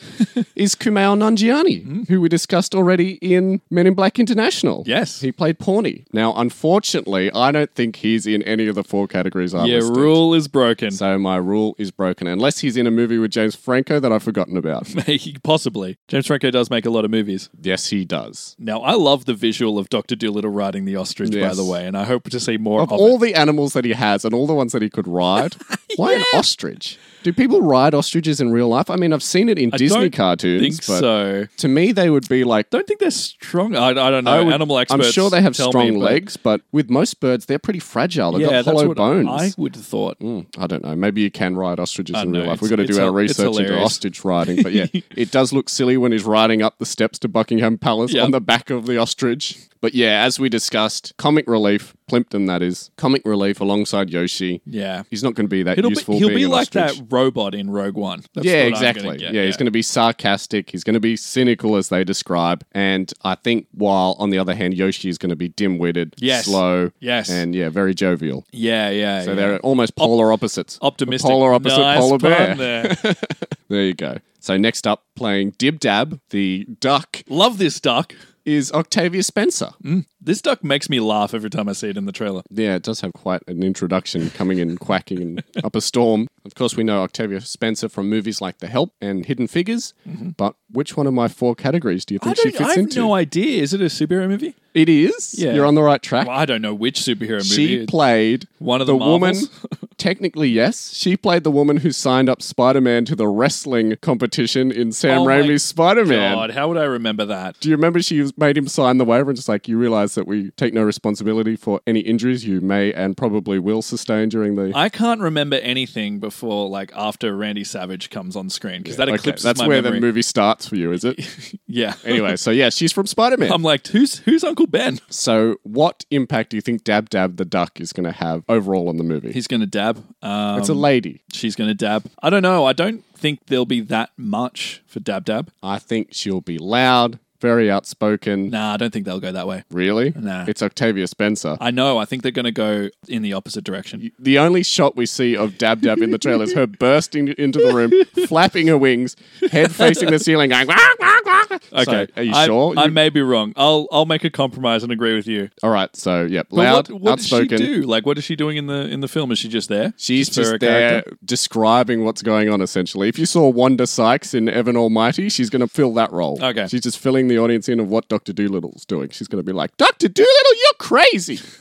S2: is Kumail Nanjiani,
S1: Hmm.
S2: who we discussed already in Men in Black International.
S1: Yes.
S2: He played Pawnee. Now, unfortunately, I don't think he's in any of the four categories I
S1: Yeah.
S2: listed.
S1: Rule is broken.
S2: So my rule is broken, unless he's in a movie with James Franco that I've forgotten about.
S1: Possibly. James Franco does make a lot of movies.
S2: yes, he does.
S1: Now, I love the visual of Doctor Doolittle riding the ostrich, by
S2: Yes.
S1: the way, and I hope to see more of, it.
S2: All the animals that he has and all the ones that he could ride. Why an ostrich? Do people ride ostriches in real life? I mean, I've seen it in Disney
S1: don't
S2: cartoons,
S1: think
S2: but
S1: so.
S2: to me they would be like
S1: Don't think they're strong. I, I don't know.
S2: I would-
S1: Animal experts.
S2: I'm sure they have
S1: tell me,
S2: strong
S1: but-
S2: legs, but with most birds, they're pretty fragile. They've
S1: Yeah,
S2: got
S1: that's
S2: hollow
S1: what
S2: bones.
S1: I would have thought.
S2: Mm, I don't know. Maybe you can ride ostriches in
S1: know,
S2: real life.
S1: it's-
S2: We've got to
S1: it's
S2: do our
S1: hil- it's
S2: research into
S1: hilarious.
S2: ostrich riding. But yeah, it does look silly when he's riding up the steps to Buckingham Palace
S1: Yeah.
S2: on the back of the ostrich. But yeah, as we discussed, comic relief, Plimpton that is, comic relief alongside Yoshi.
S1: Yeah.
S2: He's not going to be that
S1: It'll be,
S2: useful.
S1: he'll
S2: being
S1: be
S2: an
S1: like
S2: ostrich.
S1: that robot in Rogue One. That's
S2: yeah,
S1: what I'm gonna
S2: exactly.
S1: get,
S2: yeah, he's going to be sarcastic. He's going to be cynical, as they describe. And I think, while on the other hand, Yoshi is going to be dim-witted,
S1: Yes.
S2: slow,
S1: Yes.
S2: and yeah, very jovial.
S1: Yeah, yeah.
S2: So
S1: yeah.
S2: they're almost polar opposites.
S1: optimistic.
S2: polar opposite
S1: Nice
S2: polar bear.
S1: pun there.
S2: There you go. So next up, playing Dib Dab, the duck,
S1: Love this duck.
S2: is Octavia Spencer.
S1: This duck makes me laugh every time I see it in the trailer.
S2: Yeah, it does have quite an introduction coming in quacking and up a storm. Of course, we know Octavia Spencer from movies like The Help and Hidden Figures, but which one of my four categories do you
S1: Mm-hmm. I,
S2: think she
S1: don't,
S2: fits
S1: I have
S2: into?
S1: no idea. Is it a superhero movie?
S2: It is.
S1: Yeah.
S2: You're on the right track.
S1: Well, I don't know which superhero
S2: she
S1: movie.
S2: played
S1: One of the
S2: woman.
S1: Marvels?
S2: technically, yes. She played the woman who signed up Spider Man to the wrestling competition in Sam
S1: Oh my
S2: Raimi's Spider Man.
S1: God, how would I remember that?
S2: Do you remember she was- made him sign the waiver and just like, you realize that we take no responsibility for any injuries you may and probably will sustain during the.
S1: I can't remember anything before, like, after Randy Savage comes on screen because that
S2: Okay,
S1: eclipses
S2: that's
S1: my
S2: where
S1: memory.
S2: the movie starts for you, is it?
S1: yeah.
S2: anyway, so yeah, she's from Spider Man.
S1: I'm like, who's who's Uncle Ben?
S2: so, what impact do you think Dab Dab the Duck is going to have overall on the movie?
S1: He's gonna dab. Um,
S2: it's a lady.
S1: she's gonna dab. I don't know. I don't think there'll be that much for dab dab.
S2: I think she'll be loud, very outspoken.
S1: Nah, I don't think they'll go that way.
S2: Really?
S1: Nah.
S2: It's Octavia Spencer.
S1: I know. I think they're gonna go in the opposite direction.
S2: the only shot we see of Dab Dab in the trailer is her bursting into the room, flapping her wings, head facing the ceiling, going. "Wah, wah, wah." So,
S1: Okay,
S2: are you
S1: I,
S2: sure?
S1: I
S2: You-
S1: may be wrong. I'll I'll make a compromise and agree with you.
S2: All right. So yeah,
S1: But
S2: loud,
S1: what, what does she
S2: outspoken.
S1: do? Like, what is she doing in the in the film? Is she just there?
S2: She's
S1: for
S2: just
S1: a
S2: there
S1: character?
S2: describing what's going on, essentially. If you saw Wanda Sykes in Evan Almighty, she's going to fill that role.
S1: Okay.
S2: She's just filling the audience in of what Dr. Doolittle's doing. She's going to be like, Dr. Doolittle, you're crazy.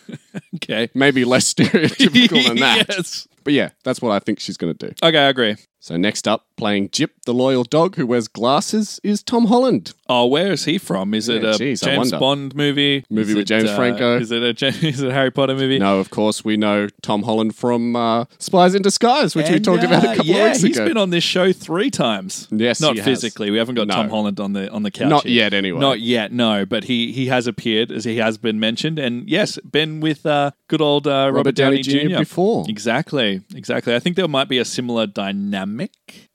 S1: Okay.
S2: Maybe less stereotypical than that.
S1: yes.
S2: But yeah, that's what I think she's going to do.
S1: Okay, I agree.
S2: So next up, playing Jip, the loyal dog who wears glasses, is Tom Holland.
S1: Oh, where is he from? Is it
S2: Yeah,
S1: a
S2: geez, I
S1: James
S2: wonder.
S1: Bond movie?
S2: Movie
S1: Is
S2: with
S1: it,
S2: James
S1: uh,
S2: Franco.
S1: Is it a James, is it a Harry Potter movie?
S2: No, of course we know Tom Holland from uh, Spies in Disguise, which we
S1: And,
S2: talked about a
S1: uh,
S2: couple
S1: yeah,
S2: of weeks
S1: He's
S2: ago.
S1: been on this show three times.
S2: Yes,
S1: not
S2: he has.
S1: physically. We haven't got
S2: No.
S1: Tom Holland on the on the couch.
S2: Not
S1: here.
S2: yet, anyway.
S1: Not yet. No, but he he has appeared as he has been mentioned, and yes, been with uh, good old uh, Robert, Downey, Jr.
S2: before.
S1: Exactly, exactly. I think there might be a similar dynamic.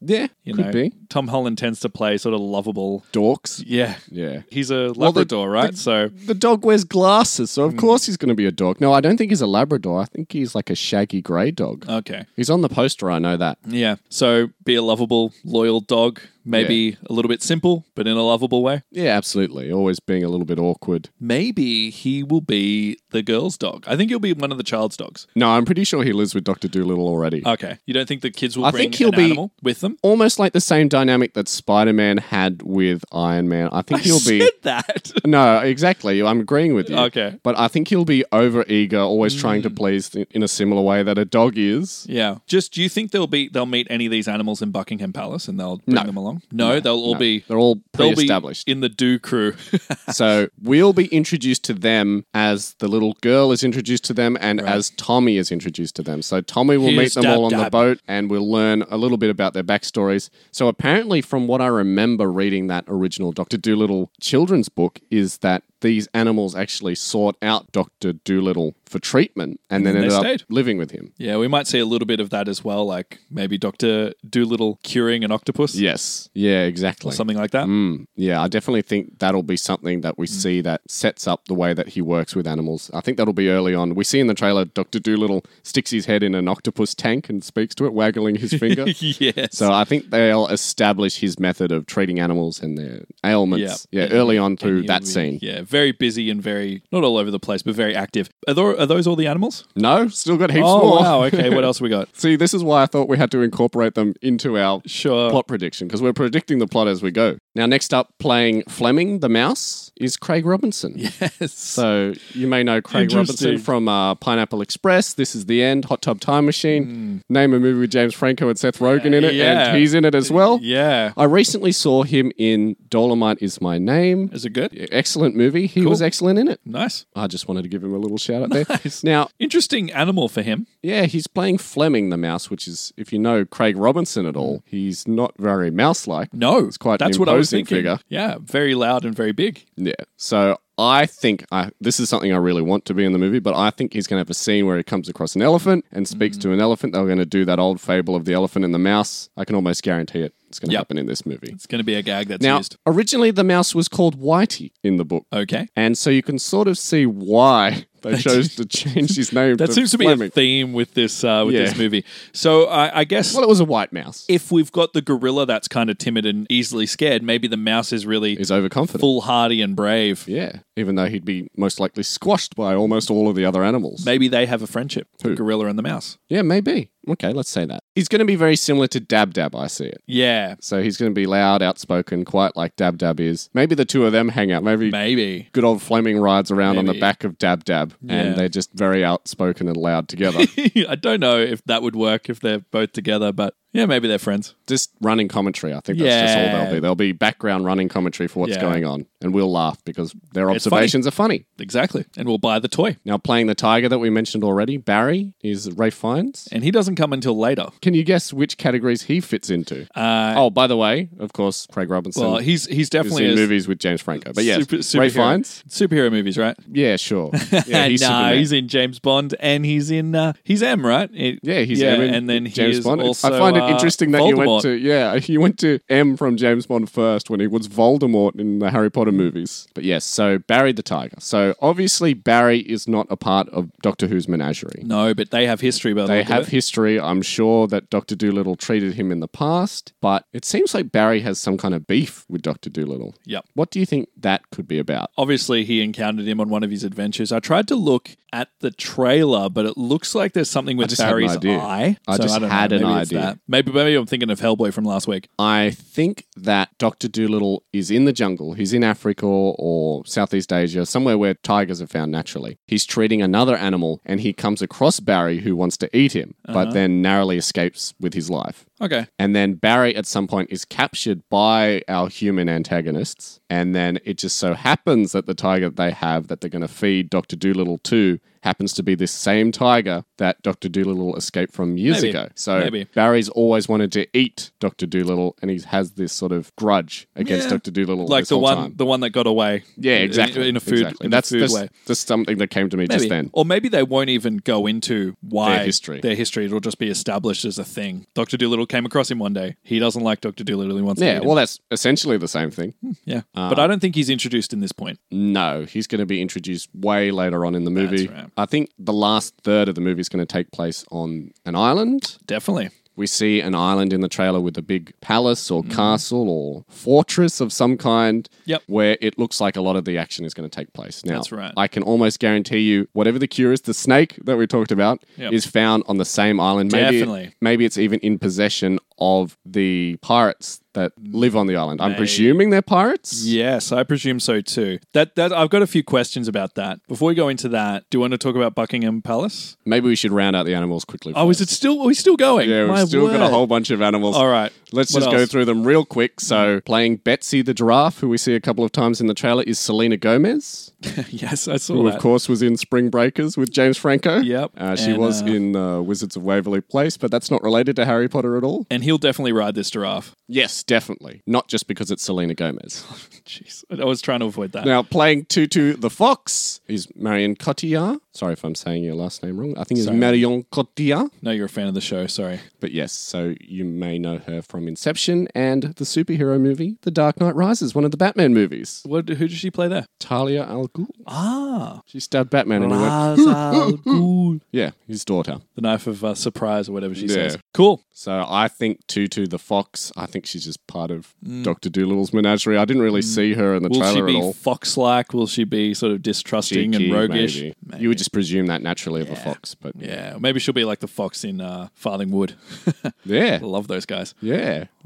S2: Yeah,
S1: You
S2: could
S1: know,
S2: be
S1: Tom Holland tends to play sort of lovable.
S2: dorks.
S1: Yeah,
S2: Yeah.
S1: he's a
S2: the-
S1: Labrador, right? so
S2: The dog wears glasses,
S1: Hmm.
S2: so of course he's going to be a dog. No, I don't think he's a Labrador. I think he's like a shaggy grey dog.
S1: okay.
S2: he's on the poster, I know that.
S1: Yeah. So be a lovable, loyal dog. Maybe a little bit simple, but in a lovable way.
S2: Yeah, absolutely. Always being a little bit awkward.
S1: Maybe he will be the girl's dog. I think he'll be one of the child's dogs.
S2: No, I'm pretty sure he lives with Doctor Doolittle already.
S1: Okay. You don't think the kids will
S2: I
S1: bring
S2: think he'll
S1: an
S2: be-
S1: animal with them?
S2: Almost like the same dynamic that Spider Man had with Iron Man. I think he'll be.
S1: said that.
S2: No, exactly. I'm agreeing with you.
S1: Okay. Mm.
S2: But I think he'll be over eager, always trying to please th- in a similar way that a dog is.
S1: yeah. Just do you think they'll be they'll meet any of these animals in Buckingham Palace and they'll bring
S2: No.
S1: them along? No, they'll all be
S2: They're all
S1: they'll be
S2: pre established.
S1: in the do crew.
S2: so we'll be introduced to them as the little girl is introduced to them and as Tommy is introduced to them. So Tommy will
S1: Here's
S2: meet them
S1: Dab
S2: all on the
S1: Dab.
S2: boat and we'll learn a little bit about their backstories. So apparently, from what I remember reading that original Dr. Doolittle children's book, is that these animals actually sought out Dr. Doolittle for treatment and then
S1: then
S2: ended
S1: they
S2: up
S1: stayed.
S2: living with him.
S1: yeah, we might see a little bit of that as well, like maybe Doctor Doolittle curing an octopus
S2: Yes. Yeah, exactly.
S1: or something like that.
S2: Mm, yeah, I definitely think that'll be something that we
S1: Mm.
S2: see that sets up the way that he works with animals. I think that'll be early on. We see in the trailer Doctor Doolittle sticks his head in an octopus tank and speaks to it, waggling his finger.
S1: yes.
S2: So I think they'll establish his method of treating animals and their ailments. Yeah, early on through that scene.
S1: Yeah, very busy and very not all over the place, but very active. Are, tho- are those all the animals?
S2: No, still got heaps
S1: Oh
S2: more.
S1: wow! Okay, what else we got?
S2: See, this is why I thought we had to incorporate them into our
S1: Sure.
S2: plot prediction because we're predicting the plot as we go. Now, next up, playing Fleming the mouse is Craig Robinson.
S1: Yes.
S2: So you may know Craig Robinson
S1: Interesting.
S2: from uh, Pineapple Express. This is the end. Hot Tub Time Machine. Name a movie with James Franco and Seth Rogen in it,
S1: Hmm. Yeah.
S2: and he's in it as well.
S1: yeah.
S2: I recently saw him in Dolomite Is My Name.
S1: Is it good?
S2: Excellent movie. He was excellent in it.
S1: Nice.
S2: I just wanted to give him a little shout out there.
S1: Nice.
S2: Now,
S1: Interesting animal for him.
S2: yeah, he's playing Fleming the mouse, which is, if you know Craig Robinson at all, he's not very mouse like.
S1: No,
S2: It's quite an
S1: that's what I was
S2: imposing
S1: thinking.
S2: figure.
S1: Yeah, very loud and very big.
S2: Yeah. So I think I, this is something I really want to be in the movie, but I think he's going to have a scene where he comes across an elephant and speaks
S1: Mm.
S2: to an elephant. They're going to do that old fable of the elephant and the mouse. I can almost guarantee it. It's going to
S1: Yep.
S2: happen in this movie.
S1: It's going to be a gag that's
S2: Now,
S1: used. Uh,
S2: originally the mouse was called Whitey in the book.
S1: Okay,
S2: And so you can sort of see why they chose to change his name
S1: that
S2: to
S1: seems to be
S2: Fleming.
S1: a theme with this uh, with
S2: Yeah.
S1: this movie. So I I guess
S2: well, it was a white mouse.
S1: if we've got the gorilla that's kind of timid and easily scared, maybe the mouse is really
S2: Is overconfident.
S1: foolhardy and brave.
S2: yeah. Even though he'd be most likely squashed by almost all of the other animals.
S1: Maybe they have a friendship, the gorilla and the mouse.
S2: yeah, maybe. Okay, let's say that. He's going to be very similar to Dab Dab, I see it.
S1: Yeah,
S2: So he's going to be loud, outspoken, quite like Dab Dab is. Maybe the two of them hang out. Maybe
S1: maybe.
S2: good old Fleming rides around on the
S1: Maybe.
S2: back of Dab Dab,
S1: Yeah.
S2: and they're just very outspoken and loud together.
S1: I don't know if that would work if they're both together, but yeah, maybe they're friends.
S2: just running commentary. I think that's just all
S1: Yeah.
S2: they'll be. They'll be background running commentary for what's
S1: Yeah.
S2: going on, and we'll laugh because their
S1: It's funny.
S2: observations are funny.
S1: Exactly. And we'll buy the toy.
S2: Now, playing the tiger that we mentioned already, Barry is Ray Fiennes.
S1: And he doesn't come until later.
S2: Can you guess which categories he fits into?
S1: Uh,
S2: oh, by the way, of course, Craig Robinson.
S1: well, he's he's
S2: is
S1: definitely
S2: in
S1: a
S2: movies with James Franco, but yes,
S1: super-
S2: Ray
S1: superhero.
S2: Fiennes.
S1: Superhero movies, right?
S2: Yeah, sure. Yeah, he's
S1: nah,
S2: Superman.
S1: he's in James Bond and he's in uh, he's M, right? It-
S2: Yeah, he's
S1: yeah,
S2: M in
S1: and then he
S2: James
S1: is
S2: Bond.
S1: also,
S2: I find it
S1: uh,
S2: interesting that you
S1: Voldemort.
S2: went to yeah, you went to M from James Bond first when he was Voldemort in the Harry Potter movies. But yes, so Barry the Tiger. So obviously Barry is not a part of Doctor Who's menagerie.
S1: No, but they have history by the
S2: They
S1: look of
S2: have
S1: it.
S2: history. I'm sure that Doctor Doolittle treated him in the past, but it seems like Barry has some kind of beef with Doctor Doolittle.
S1: Yep.
S2: What do you think that could be about?
S1: Obviously, he encountered him on one of his adventures. I tried to look at the trailer, but it looks like there's something with
S2: just had an
S1: Barry's
S2: idea.
S1: eye.
S2: I just
S1: don't
S2: had an
S1: maybe it's
S2: idea.
S1: that. Maybe, maybe I'm thinking of Hellboy from last week.
S2: I think that Dr. Doolittle is in the jungle. He's in Africa or Southeast Asia, somewhere where tigers are found naturally. He's treating another animal and he comes across Barry who wants to eat him, but then narrowly escapes with his life.
S1: Okay.
S2: And then Barry, at some point, is captured by our human antagonists. And then it just so happens that the tiger they have that they're going to feed Dr. Doolittle to happens to be this same tiger that Dr. Doolittle escaped from years
S1: Maybe.
S2: ago. So
S1: Maybe.
S2: Barry's always wanted to eat Dr. Doolittle, and he has this sort of grudge against
S1: Yeah.
S2: Dr. Doolittle.
S1: Like
S2: this
S1: the
S2: whole
S1: one,
S2: time.
S1: the one that got away.
S2: Yeah,
S1: In-
S2: exactly.
S1: In, a food,
S2: exactly.
S1: in
S2: that's
S1: a food
S2: that's-
S1: way.
S2: that's something that came to me
S1: Maybe.
S2: just then.
S1: Or maybe they won't even go into why
S2: Their history.
S1: Their history. It'll just be established as a thing. Doctor Doolittle came across him one day. He doesn't like Doctor Doolittle. He wants to.
S2: Yeah,
S1: eat him.
S2: well, uh, that's essentially the same thing.
S1: yeah. but I don't think he's introduced in this point.
S2: No, he's going to be introduced way later on in the movie.
S1: That's right.
S2: I think the last third of the movie is going to take place on an island.
S1: Definitely.
S2: We see an island in the trailer with a big palace or castle or fortress of some kind
S1: Mm-hmm. Yep.
S2: where it looks like a lot of the action is going to take place. Now,
S1: That's right.
S2: I can almost guarantee you, whatever the cure is, the snake that we talked about
S1: Yep.
S2: is found on the same island. Maybe,
S1: Definitely.
S2: Maybe it's even in possession of the pirates that live on the island. I'm presuming they're pirates.
S1: Yes, I presume so too. That that I've got a few questions about that. Before we go into that, do you want to talk about Buckingham Palace?
S2: Maybe we should round out the animals quickly.
S1: Oh, is it still? Are we still going?
S2: Yeah, we've
S1: My
S2: still got a
S1: word.
S2: whole bunch of animals.
S1: All right.
S2: Let's
S1: What
S2: just go
S1: else? Mm-hmm.
S2: through them real quick. So, playing Betsy the giraffe, who we see a couple of times in the trailer, is Selena Gomez,
S1: yes, I saw
S2: who,
S1: that.
S2: of course, was in Spring Breakers with James Franco.
S1: Yep.
S2: Uh, she
S1: And,
S2: was
S1: uh,
S2: in uh, Wizards of Waverly Place, but that's not related to Harry Potter at all.
S1: And he'll definitely ride this giraffe.
S2: Yes, definitely. Not just because it's Selena Gomez.
S1: Jeez, I was trying to avoid that.
S2: now, playing Tutu the fox is Marion Cotillard. Sorry if I'm saying your last name wrong. I think it's Marion Cotillard.
S1: No, you're a fan of the show. Sorry.
S2: But yes, so you may know her from Inception and the superhero movie The Dark Knight Rises, one of the Batman movies.
S1: What? Who did she play there?
S2: Talia al Ghul.
S1: Ah,
S2: She stabbed Batman and he went,
S1: Ra's al Ghul.
S2: yeah, his daughter.
S1: the knife of uh, surprise or whatever she
S2: Yeah.
S1: says. Cool.
S2: So I think Tutu the Fox, I think she's just part of Dr. Doolittle's menagerie. I didn't really see her in the
S1: Mm. Will she
S2: trailer at
S1: be
S2: all.
S1: fox-like? Will she be sort of distrusting
S2: Cheeky,
S1: and roguish?
S2: maybe. You would just presume that naturally of a fox, but yeah.
S1: Yeah, maybe she'll be like the fox in uh, Farthing Wood.
S2: Yeah.
S1: Love those guys.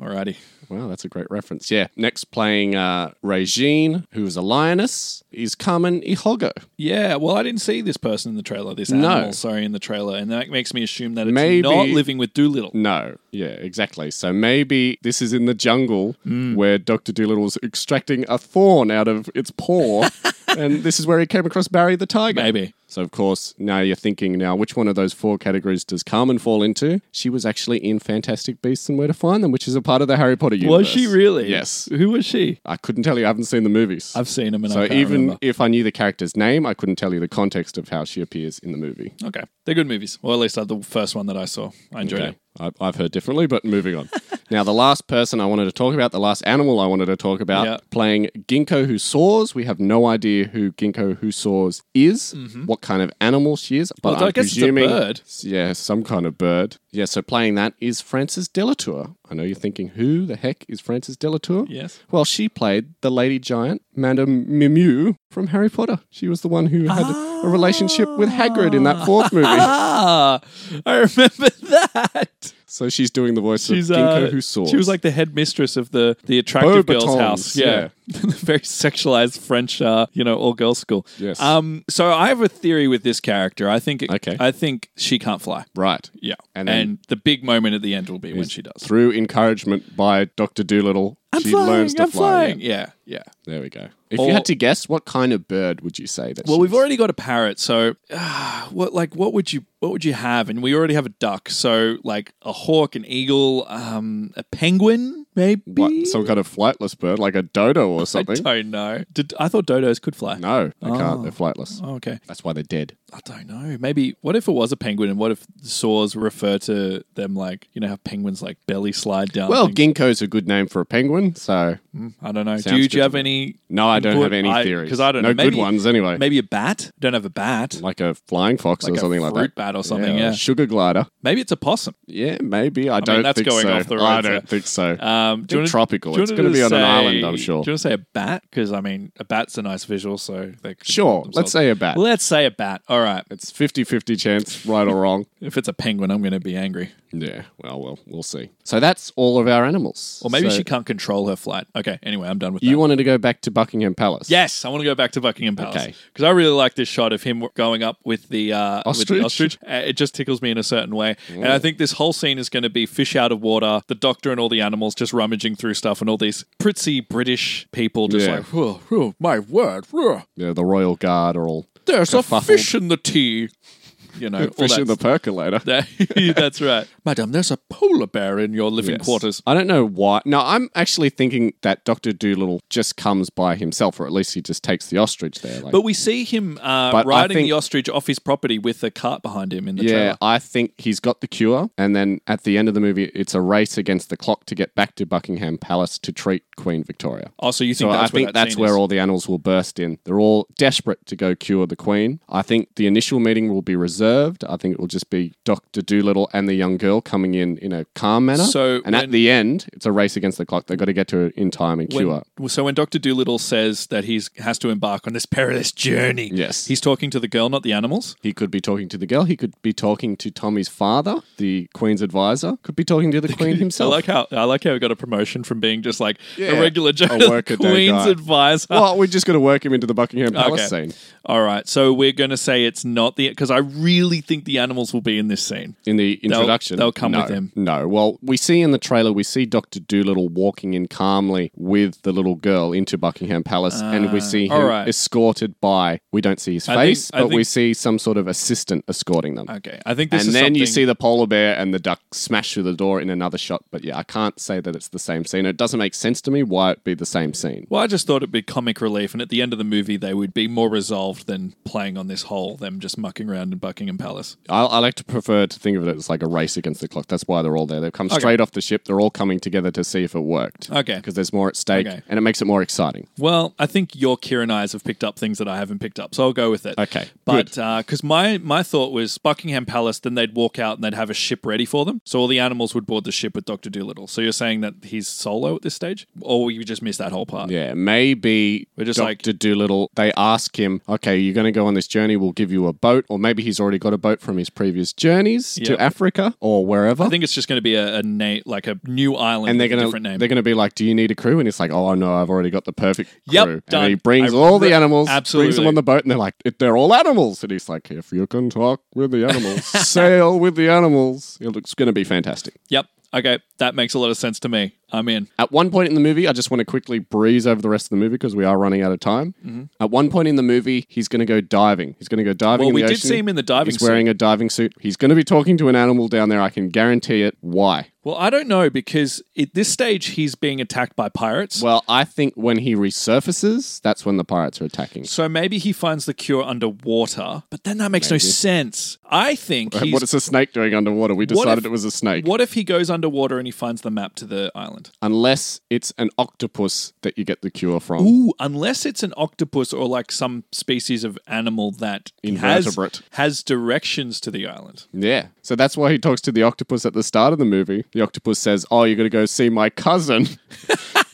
S1: Alrighty.
S2: Wow, that's a great reference. Yeah. Next playing uh Regine, who is a lioness, is Carmen Ihogo.
S1: Yeah, well, I didn't see this person in the trailer, this
S2: No.
S1: animal, sorry, in the trailer, and that makes me assume that it's
S2: Maybe-
S1: not living with Doolittle.
S2: No, yeah, exactly. So maybe this is in the jungle
S1: Mm.
S2: where Dr. Doolittle's extracting a thorn out of its paw, and this is where he came across Barry the tiger.
S1: Maybe.
S2: So, of course, now you're thinking now, which one of those four categories does Carmen fall into? She was actually in Fantastic Beasts and Where to Find Them, which is a part of the Harry Potter universe.
S1: Was she really?
S2: Yes.
S1: Who was she?
S2: I couldn't tell you. I haven't seen the movies.
S1: I've seen him and
S2: so
S1: I can't
S2: even
S1: remember.
S2: if I knew the character's name, I couldn't tell you the context of how she appears in the movie.
S1: Okay. They're good movies. Well, at least uh, the first one that I saw. I enjoyed
S2: Okay.
S1: it.
S2: I- I've heard differently, but moving on. now, the last person I wanted to talk about, the last animal I wanted to talk about,
S1: Yeah.
S2: playing Ginkgo Who Soars. We have no idea who Ginkgo Who Soars is, what kind of animal she is, but
S1: Mm-hmm. Although
S2: I'm
S1: I guess it's a
S2: presuming
S1: bird.
S2: yeah, some kind of bird. Yeah, so playing that is Frances Delatour. I know you're thinking, who the heck is Frances Delatour?
S1: Yes.
S2: Well, she played the lady giant, Madame Mimou from Harry Potter. She was the one who had a relationship with Hagrid in that fourth movie.
S1: Ah, I remember that.
S2: So she's doing the voice
S1: She's
S2: of
S1: uh,
S2: Ginkgo who soars.
S1: she was like the headmistress of the the attractive girls'
S2: Beauxbatons,
S1: house. Yeah, very sexualized French, uh, you know, all girls school.
S2: Yes.
S1: Um. So I have a theory with this character. I think. It,
S2: Okay.
S1: I think she can't fly.
S2: right.
S1: Yeah. And,
S2: And then-
S1: the big moment at the end will be when she does.
S2: Through encouragement by Doctor Doolittle, she learns to
S1: I'm
S2: fly.
S1: flying.
S2: Yeah,
S1: Yeah. Yeah.
S2: there we go. If you
S1: Or-
S2: had to guess, what kind of bird would you say that?
S1: Well,
S2: she
S1: we've
S2: is?
S1: already got a parrot, so ah, what like what would you what would you have? And we already have a duck, so like a hawk, an eagle, um, a penguin, maybe.
S2: what, some kind of flightless bird, like a dodo or
S1: I
S2: something.
S1: don't know. Did I thought dodos could fly?
S2: No, they can't. They're flightless.
S1: Oh, okay.
S2: That's why they're dead.
S1: I don't know. Maybe what if it was a penguin, and what if saws refer to them like you know how penguins like belly slide down?
S2: Well,
S1: things?
S2: ginkgo's a good name for a penguin, so
S1: I don't know. Do
S2: sounds
S1: you,
S2: good
S1: do you
S2: to
S1: have any?
S2: no, I don't
S1: input?
S2: have any
S1: I-
S2: theories
S1: 'cause I don't
S2: no
S1: know.
S2: good
S1: Maybe-
S2: ones anyway.
S1: Maybe a bat. Don't have a bat.
S2: Like a flying fox or
S1: Like a
S2: something like that.
S1: fruit bat or something,
S2: or a
S1: yeah.
S2: sugar glider.
S1: Maybe it's a possum.
S2: Yeah, maybe. I, don't
S1: that's
S2: think
S1: going
S2: so.
S1: off the
S2: I
S1: road,
S2: don't
S1: so-
S2: think so.
S1: Um, do you wanna-
S2: tropical.
S1: do you
S2: It's
S1: wanna
S2: going to be on an
S1: say-
S2: island, I'm sure.
S1: Do you want to say a bat? Because I mean, a bat's a nice visual, so they could
S2: Sure.
S1: themselves-
S2: Let's say a bat.
S1: let's say a bat. All right.
S2: It's 50 50 chance, right or wrong.
S1: If it's a penguin, I'm going to be angry.
S2: Yeah, well, well, we'll see. So that's all of our animals.
S1: Or maybe
S2: So
S1: she can't control her flight. Okay. Anyway, I'm done with that.
S2: You wanted to go back to Buckingham Palace.
S1: Yes, I want to go back to Buckingham Palace
S2: Okay.
S1: because I really like this shot of him going up with the uh, with the
S2: Ostrich?
S1: ostrich. Uh, It just tickles me in a certain way, and I think this whole scene is going to be fish out of water, the doctor and all the animals just rummaging through stuff, and all these pritzy British people just
S2: Yeah.
S1: like, whoa, whoa, my word, whoa,
S2: Yeah, the Royal Guard are all
S1: there's
S2: Kerfuffled.
S1: a fish in the tea, you know, all
S2: fishing the
S1: that-
S2: percolator.
S1: that- that's right, madam. There's a polar bear in your living
S2: Yes.
S1: quarters.
S2: I don't know why. No, I'm actually thinking that Doctor Doolittle just comes by himself, or at least he just takes the ostrich there. Like,
S1: But we see him uh,
S2: But I
S1: riding
S2: think-
S1: the ostrich off his property with a cart behind him in the
S2: yeah,
S1: trailer.
S2: I think he's got the cure, and then at the end of the movie, it's a race against the clock to get back to Buckingham Palace to treat Queen Victoria.
S1: Oh, so you
S2: So
S1: think that's
S2: I think
S1: where that
S2: that's
S1: scene
S2: where
S1: is.
S2: all the animals will burst in. They're all desperate to go cure the queen. I think the initial meeting will be reserved. I think it will just be Doctor Doolittle and the young girl coming in in a calm manner.
S1: So when-
S2: and at the end, it's a race against the clock. They've got to get to it in time and
S1: When-
S2: cure.
S1: so when Doctor Doolittle says that he's has to embark on this perilous journey,
S2: Yes.
S1: he's talking to the girl, not the animals.
S2: He could be talking to the girl. He could be talking to Tommy's father, the Queen's advisor. Could be talking to the Queen
S1: I
S2: himself.
S1: like how I like how he got a promotion from being just like
S2: Yeah,
S1: a regular Joe
S2: a workaday
S1: Queen's
S2: guy.
S1: advisor.
S2: well, we're just going to work him into the Buckingham Palace
S1: Okay.
S2: scene
S1: All right, so we're gonna say it's not the because I really think the animals will be in this scene.
S2: in the introduction.
S1: they'll come
S2: No,
S1: with him.
S2: No. Well, we see in the trailer, we see Dr. Doolittle walking in calmly with the little girl into Buckingham Palace, and we see
S1: all
S2: him
S1: right.
S2: escorted by, we don't see his
S1: Ah, I think-
S2: face,
S1: I
S2: but we
S1: think-
S2: see some sort of assistant escorting them.
S1: Okay, I think this
S2: and
S1: is
S2: then you
S1: something-
S2: see the polar bear and the duck smash through the door in another shot. But yeah, I can't say that it's the same scene. It doesn't make sense to me why it'd be the same scene.
S1: Well, I just thought it'd be comic relief, and at the end of the movie, they would be more resolved than playing on this whole them just mucking around in Buckingham Palace.
S2: I, I like to prefer to think of it as like a race against the clock. That's why they're all there. They've come straight off the ship. They're all coming together to see if it worked.
S1: Okay.
S2: Because there's more at stake
S1: Okay.
S2: and it makes it more exciting.
S1: Well, I think your Kieran eyes have picked up things that I haven't picked up, so I'll go with it.
S2: Okay,
S1: but because my my thought was Buckingham Palace, then they'd walk out and they'd have a ship ready for them, so all the animals would board the ship with Doctor Doolittle. So you're saying that he's solo at this stage, or you just missed that whole part?
S2: Yeah. Maybe
S1: We're just
S2: Dr.
S1: like-
S2: Doolittle, they ask him, okay, you're going to go on this journey. We'll give you a boat. Or maybe he's already got a boat from his previous journeys
S1: Yep.
S2: to Africa or wherever.
S1: I think it's just going to be a, a name like a new island
S2: and they're
S1: with a
S2: gonna
S1: different name.
S2: they're gonna be like, "Do you need a crew?" And it's like, "Oh no, I've already got the perfect crew."
S1: Yep,
S2: and
S1: done.
S2: he brings
S1: I
S2: all
S1: re-
S2: the animals, brings
S1: Absolutely.
S2: them on the boat, and they're like, "It- "They're all animals." And he's like, "If you can talk with the animals, sail with the animals." It looks gonna be fantastic.
S1: Yep. Okay, that makes a lot of sense to me. I'm in.
S2: At one point in the movie, I just want to quickly breeze over the rest of the movie because we are running out of time.
S1: Mm-hmm.
S2: At one point in the movie, he's going to go diving. He's going to go diving.
S1: Well,
S2: in
S1: we
S2: the
S1: did
S2: ocean.
S1: see him in the diving
S2: He's
S1: suit.
S2: wearing a diving suit. He's going to be talking to an animal down there. I can guarantee it. Why?
S1: Well, I don't know because at this stage he's being attacked by pirates.
S2: Well, I think when he resurfaces, that's when the pirates are attacking.
S1: So maybe he finds the cure underwater, but then that makes no sense. I think
S2: And
S1: he's.
S2: what is a snake doing underwater? We
S1: What
S2: decided
S1: if-
S2: it was a snake.
S1: what if he goes underwater and he finds the map to the island?
S2: Unless it's an octopus that you get the cure from.
S1: Ooh, unless it's an octopus or like some species of animal that has,
S2: Invertebrate.
S1: has directions to the island.
S2: Yeah. So that's why he talks to the octopus at the start of the movie. The octopus says, Oh, you're going to go see my cousin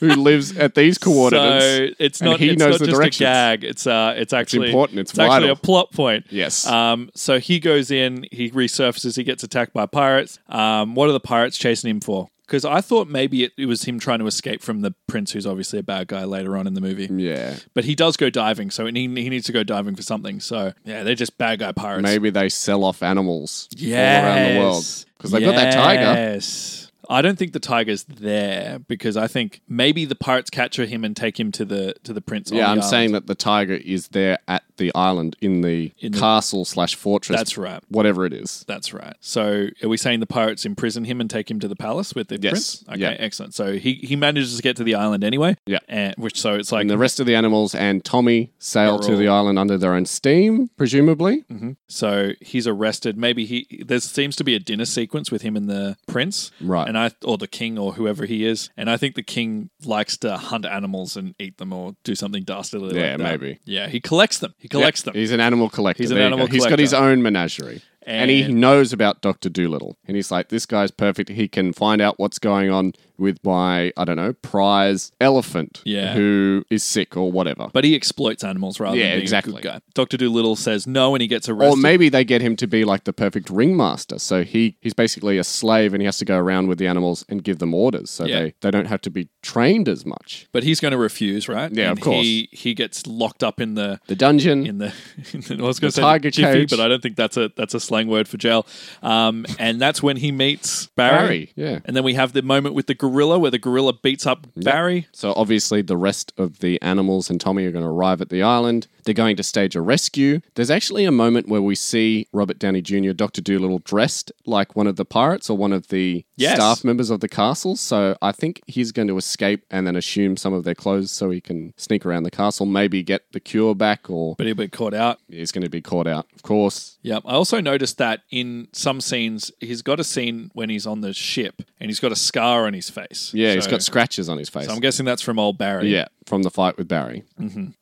S2: who lives at these coordinates.
S1: So it's
S2: And
S1: not,
S2: he
S1: it's
S2: knows
S1: not
S2: the
S1: just
S2: directions.
S1: a gag. It's uh, it's actually
S2: important. It's
S1: actually
S2: vital.
S1: a plot point.
S2: Yes.
S1: Um. So he goes in. He resurfaces. He gets attacked by pirates. Um. What are the pirates chasing him for? Because I thought maybe it, it was him trying to escape from the prince, who's obviously a bad guy later on in the movie.
S2: yeah.
S1: But he does go diving, so he, he needs to go diving for something. So yeah, they're just bad guy pirates.
S2: Maybe they sell off animals
S1: Yes.
S2: all around the world because they've got that tiger.
S1: Yes. I don't think the tiger's there because I think maybe the pirates capture him and take him to the to the prince. on
S2: Yeah,
S1: the
S2: I'm
S1: island.
S2: saying that the tiger is there at the island in the
S1: In the-
S2: castle slash fortress.
S1: That's right.
S2: Whatever it is.
S1: That's right. So are we saying the pirates imprison him and take him to the palace with the
S2: Yes.
S1: prince? Okay,
S2: Yeah.
S1: excellent. So he, he manages to get to the island anyway.
S2: Yeah.
S1: And, which so it's like
S2: And the rest of the animals and Tommy sail
S1: They're
S2: to
S1: all-
S2: the island under their own steam, presumably.
S1: so he's arrested. Maybe he there seems to be a dinner sequence with him and the prince.
S2: Right.
S1: And I or the king or whoever he is. And I think the king likes to hunt animals and eat them or do something dastardly
S2: Yeah,
S1: like that.
S2: maybe.
S1: Yeah, he collects them. He collects them.
S2: He's an animal collector.
S1: He's an
S2: There you
S1: animal
S2: go. He's got
S1: collector.
S2: his own menagerie. And, he
S1: And-
S2: knows about Dr. Doolittle. And he's like, this guy's perfect. He can find out what's going on with my, I don't know, prize elephant
S1: Yeah.
S2: who is sick or whatever.
S1: But he exploits animals rather
S2: Yeah,
S1: than being a
S2: exactly.
S1: good guy. Doctor Doolittle says no, and he gets
S2: or
S1: arrested.
S2: maybe they get him to be like the perfect ringmaster. So he, he's basically a slave and he has to go around with the animals and give them orders. So
S1: Yeah.
S2: they, they don't have to be trained as much.
S1: but he's going to refuse, right?
S2: Yeah,
S1: and
S2: of course.
S1: He he gets locked up in the
S2: The dungeon.
S1: in the, in the- I was going to say
S2: tiger
S1: jiffy,
S2: cage.
S1: but I don't think that's a that's a slang word for jail. Um, and that's when he meets Barry.
S2: Barry, yeah.
S1: And then we have the moment with the gorilla where the gorilla beats up Barry.
S2: So obviously, the rest of the animals and Tommy are going to arrive at the island. They're going to stage a rescue. There's actually a moment where we see Robert Downey Jr., Doctor Doolittle, dressed like one of the pirates or one of the
S1: Yes.
S2: staff members of the castle. So I think he's going to escape and then assume some of their clothes so he can sneak around the castle, maybe get the cure back, or
S1: But he'll be caught out.
S2: he's going to be caught out. Of course,
S1: Yep. I also noticed that in some scenes, he's got a scene when he's on the ship and he's got a scar on his face.
S2: yeah,
S1: so,
S2: he's got scratches on his face.
S1: I'm guessing that's from old Barry.
S2: yeah, from the fight with Barry.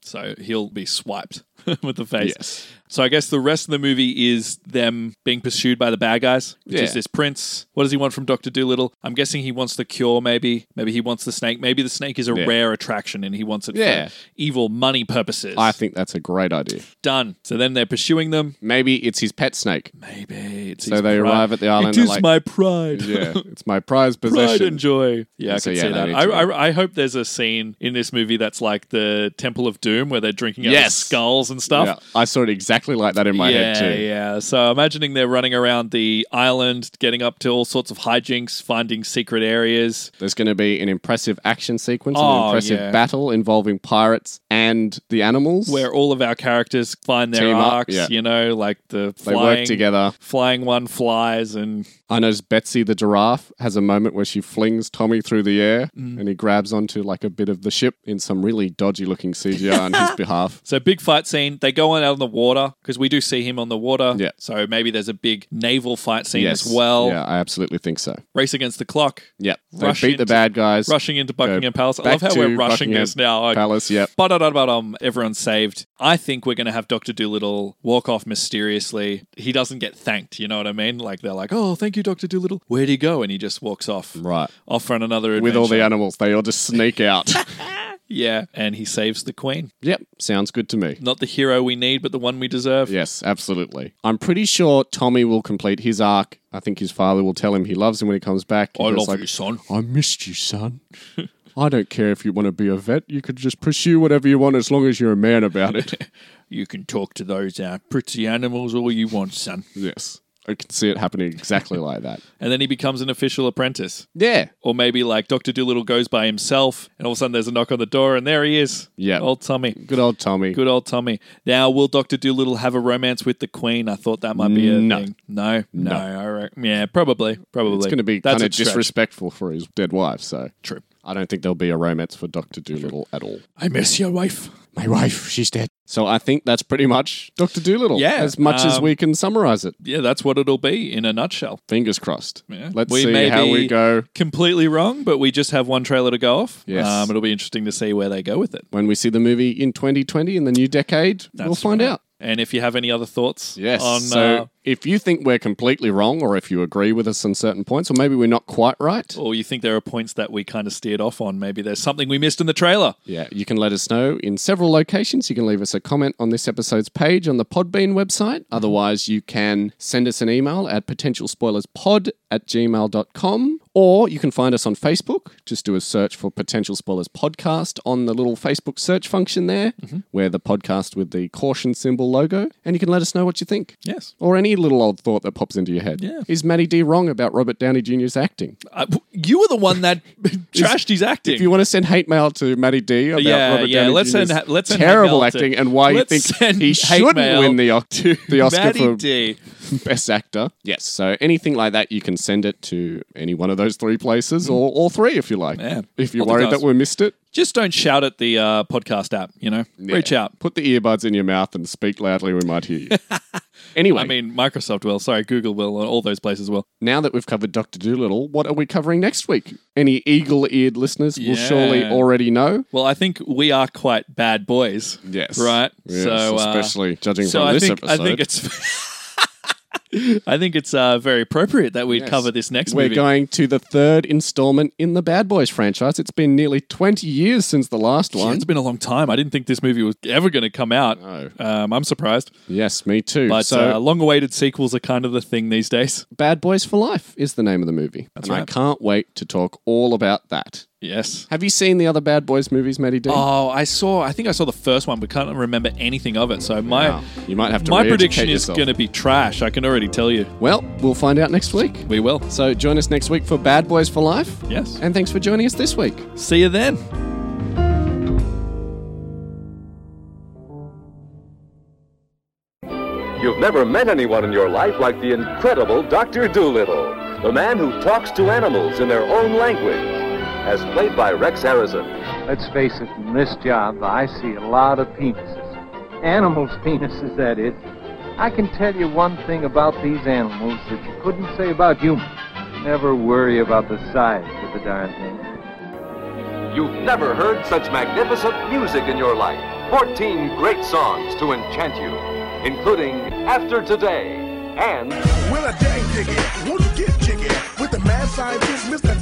S1: So he'll be swiped with the face.
S2: Yes.
S1: So I guess the rest of the movie is them being pursued by the bad guys, which
S2: Yeah.
S1: is this prince. What does he want from Doctor Doolittle? I'm guessing he wants the cure. Maybe, maybe he wants the snake. Maybe the snake is a
S2: Yeah.
S1: rare attraction and he wants it
S2: Yeah.
S1: for evil money purposes.
S2: I think that's a great idea.
S1: Done. So then they're pursuing them.
S2: Maybe it's his pet snake.
S1: Maybe it's
S2: So
S1: his
S2: they
S1: pride.
S2: arrive at the island,
S1: It
S2: they're
S1: is
S2: like-
S1: my pride.
S2: Yeah, it's my prized
S1: Pride
S2: possession.
S1: and joy. Yeah, I
S2: So,
S1: can
S2: yeah,
S1: see
S2: they
S1: that.
S2: need
S1: I,
S2: to-
S1: I, I hope there's a scene in this movie that's like the Temple of Doom where they're drinking out of
S2: Yes.
S1: skulls and stuff.
S2: Yeah, I saw it exactly like that in my
S1: yeah,
S2: head too.
S1: yeah. So imagining they're running around the island, getting up to all sorts of hijinks, finding secret areas.
S2: There's going to be an impressive action sequence,
S1: Oh,
S2: an impressive
S1: yeah.
S2: battle involving pirates and the animals.
S1: Where all of our characters find their
S2: Team up,
S1: arcs,
S2: yeah.
S1: you know, like the
S2: they
S1: flying,
S2: work together.
S1: flying one flies and
S2: I noticed Betsy the giraffe has a moment where she flings Tommy through the air
S1: Mm.
S2: and he grabs onto like a bit of the ship in some really dodgy looking CGI on his behalf.
S1: so big fight scene. They go on out on the water because we do see him on the water.
S2: Yeah.
S1: So maybe there's a big naval fight scene
S2: Yes.
S1: as well.
S2: Yeah, I absolutely think so.
S1: Race against the clock,
S2: Yeah. They
S1: Rush
S2: beat
S1: into-
S2: the bad guys.
S1: rushing into Buckingham Palace. I
S2: back
S1: love how
S2: to
S1: we're rushing
S2: Buckingham
S1: this now. Like,
S2: Palace, yep.
S1: But um, everyone's saved. I think we're going to have Doctor Doolittle walk off mysteriously. He doesn't get thanked. You know what I mean? Like they're like, "Oh, thank you, Doctor Doolittle." Where'd he go? And he just walks off,
S2: Right.
S1: off on another adventure.
S2: With all the animals, they all just sneak out.
S1: yeah, and he saves the Queen.
S2: yep. Sounds good to me.
S1: Not the hero we need, but the one we deserve.
S2: Yes, absolutely. I'm pretty sure Tommy will complete his arc. I think his father will tell him he loves him when he comes back.
S1: I
S2: He goes
S1: love
S2: like,
S1: you, son.
S2: I missed you, son. I don't care if you want to be a vet. You could just pursue whatever you want as long as you're a man about it.
S1: You can talk to those uh, pretty animals all you want, son.
S2: yes. I can see it happening exactly like that.
S1: And then he becomes an official apprentice.
S2: Yeah.
S1: Or maybe like Doctor Doolittle goes by himself, and all of a sudden there's a knock on the door, and there he is.
S2: Yeah.
S1: old Tommy.
S2: Good old Tommy.
S1: Good old Tommy. Now, will Doctor Doolittle have a romance with the Queen? I thought that might be a
S2: No.
S1: thing. No, no, I re- yeah, probably, probably.
S2: It's going to be kind
S1: That's
S2: of
S1: a stretch.
S2: disrespectful for his dead wife, so
S1: True.
S2: I don't think there'll be a romance for Dr. Doolittle at all.
S1: I miss your wife.
S2: My wife, she's dead. So I think that's pretty much Dr. Doolittle.
S1: Yeah,
S2: As much as
S1: um,
S2: we can summarize it.
S1: Yeah, that's what it'll be in a nutshell.
S2: Fingers crossed.
S1: Yeah.
S2: Let's
S1: We
S2: see
S1: may
S2: how
S1: be-
S2: we go
S1: Completely wrong, but we just have one trailer to go off.
S2: Yes.
S1: um, it'll be interesting to see where they go with it.
S2: when we see the movie in 2020 in the new decade. we'll find
S1: right.
S2: out.
S1: And if you have any other thoughts,
S2: Yes.
S1: on
S2: so
S1: uh,
S2: if you think we're completely wrong, or if you agree with us on certain points, or maybe we're not quite right,
S1: uh, or you think there are points that we kind of steered off on, maybe there's something we missed in the trailer.
S2: yeah, you can let us know in several locations. You can leave us a comment on this episode's page on the Podbean website. Otherwise, you can send us an email at potentialspoilerspod at gmail.com. Or you can find us on Facebook. Just do a search for Potential Spoilers Podcast on the little Facebook search function there, where the podcast with the caution symbol logo. And you can let us know what you think.
S1: Yes.
S2: or any little old thought that pops into your head.
S1: Yeah.
S2: Is Matty D wrong about Robert Downey Jr.'s acting?
S1: Uh, you were the one that trashed his acting.
S2: If you want to send hate mail to Matty D about
S1: Yeah,
S2: Robert
S1: yeah,
S2: Downey
S1: let's
S2: Jr.'s
S1: send ha- let's send hate
S2: terrible
S1: mail to-
S2: acting and why you
S1: Let's
S2: think
S1: send
S2: he
S1: hate
S2: shouldn't
S1: mail
S2: win the, Oct- the Oscar
S1: Matty
S2: for
S1: D.
S2: Best Actor. Yes, so anything like that, you can send it to any one of those three places or all three if you like.
S1: Yeah.
S2: If you're
S1: All the
S2: worried
S1: guys.
S2: that we missed it,
S1: Just don't shout at the uh, podcast app, you know? Reach out.
S2: put the earbuds in your mouth and speak loudly. We might hear you. anyway,
S1: I mean, Microsoft will. Sorry, Google will. and All those places will.
S2: now that we've covered Doctor Doolittle, what are we covering next week? Any eagle-eared listeners will surely
S1: Yeah.
S2: already know.
S1: Well, I think we are quite bad boys.
S2: Yes.
S1: Right?
S2: Yes,
S1: so, uh,
S2: especially judging
S1: so
S2: from
S1: I
S2: this
S1: think,
S2: episode.
S1: I think it's. I think it's uh, very appropriate that we cover this next
S2: We're
S1: movie.
S2: going to the third installment in the Bad Boys franchise. It's been nearly 20 years since the last
S1: Yeah,
S2: one.
S1: it's been a long time. I didn't think this movie was ever going to come out.
S2: No.
S1: Um, I'm surprised.
S2: Yes, me too.
S1: But
S2: so,
S1: uh, long awaited sequels are kind of the thing these days.
S2: Bad Boys for Life is the name of the movie. and I
S1: right.
S2: can't wait to talk all about that.
S1: Yes.
S2: Have you seen the other Bad Boys movies, Matty D?
S1: Oh, I saw. I think I saw the first one, but can't remember anything of it. So my
S2: Wow. Oh, You might have to
S1: my
S2: re-educate
S1: prediction is
S2: yourself.
S1: going to be trash. I can already tell you.
S2: Well, we'll find out next week.
S1: We will.
S2: So join us next week for Bad Boys for Life.
S1: Yes.
S2: And thanks for joining us this week.
S1: See you then.
S3: You've never met anyone in your life like the incredible Dr. Doolittle, the man who talks to animals in their own language, as played by Rex Harrison.
S4: Let's face it, in this job, I see a lot of penises. Animals' penises, that is. I can tell you one thing about these animals that you couldn't say about humans. Never worry about the size of the darn thing.
S3: You've never heard such magnificent music in your life. 14 great songs to enchant you, including After Today and
S5: Will I dang dig it? Won't you get jiggy with the mad scientist, Mr.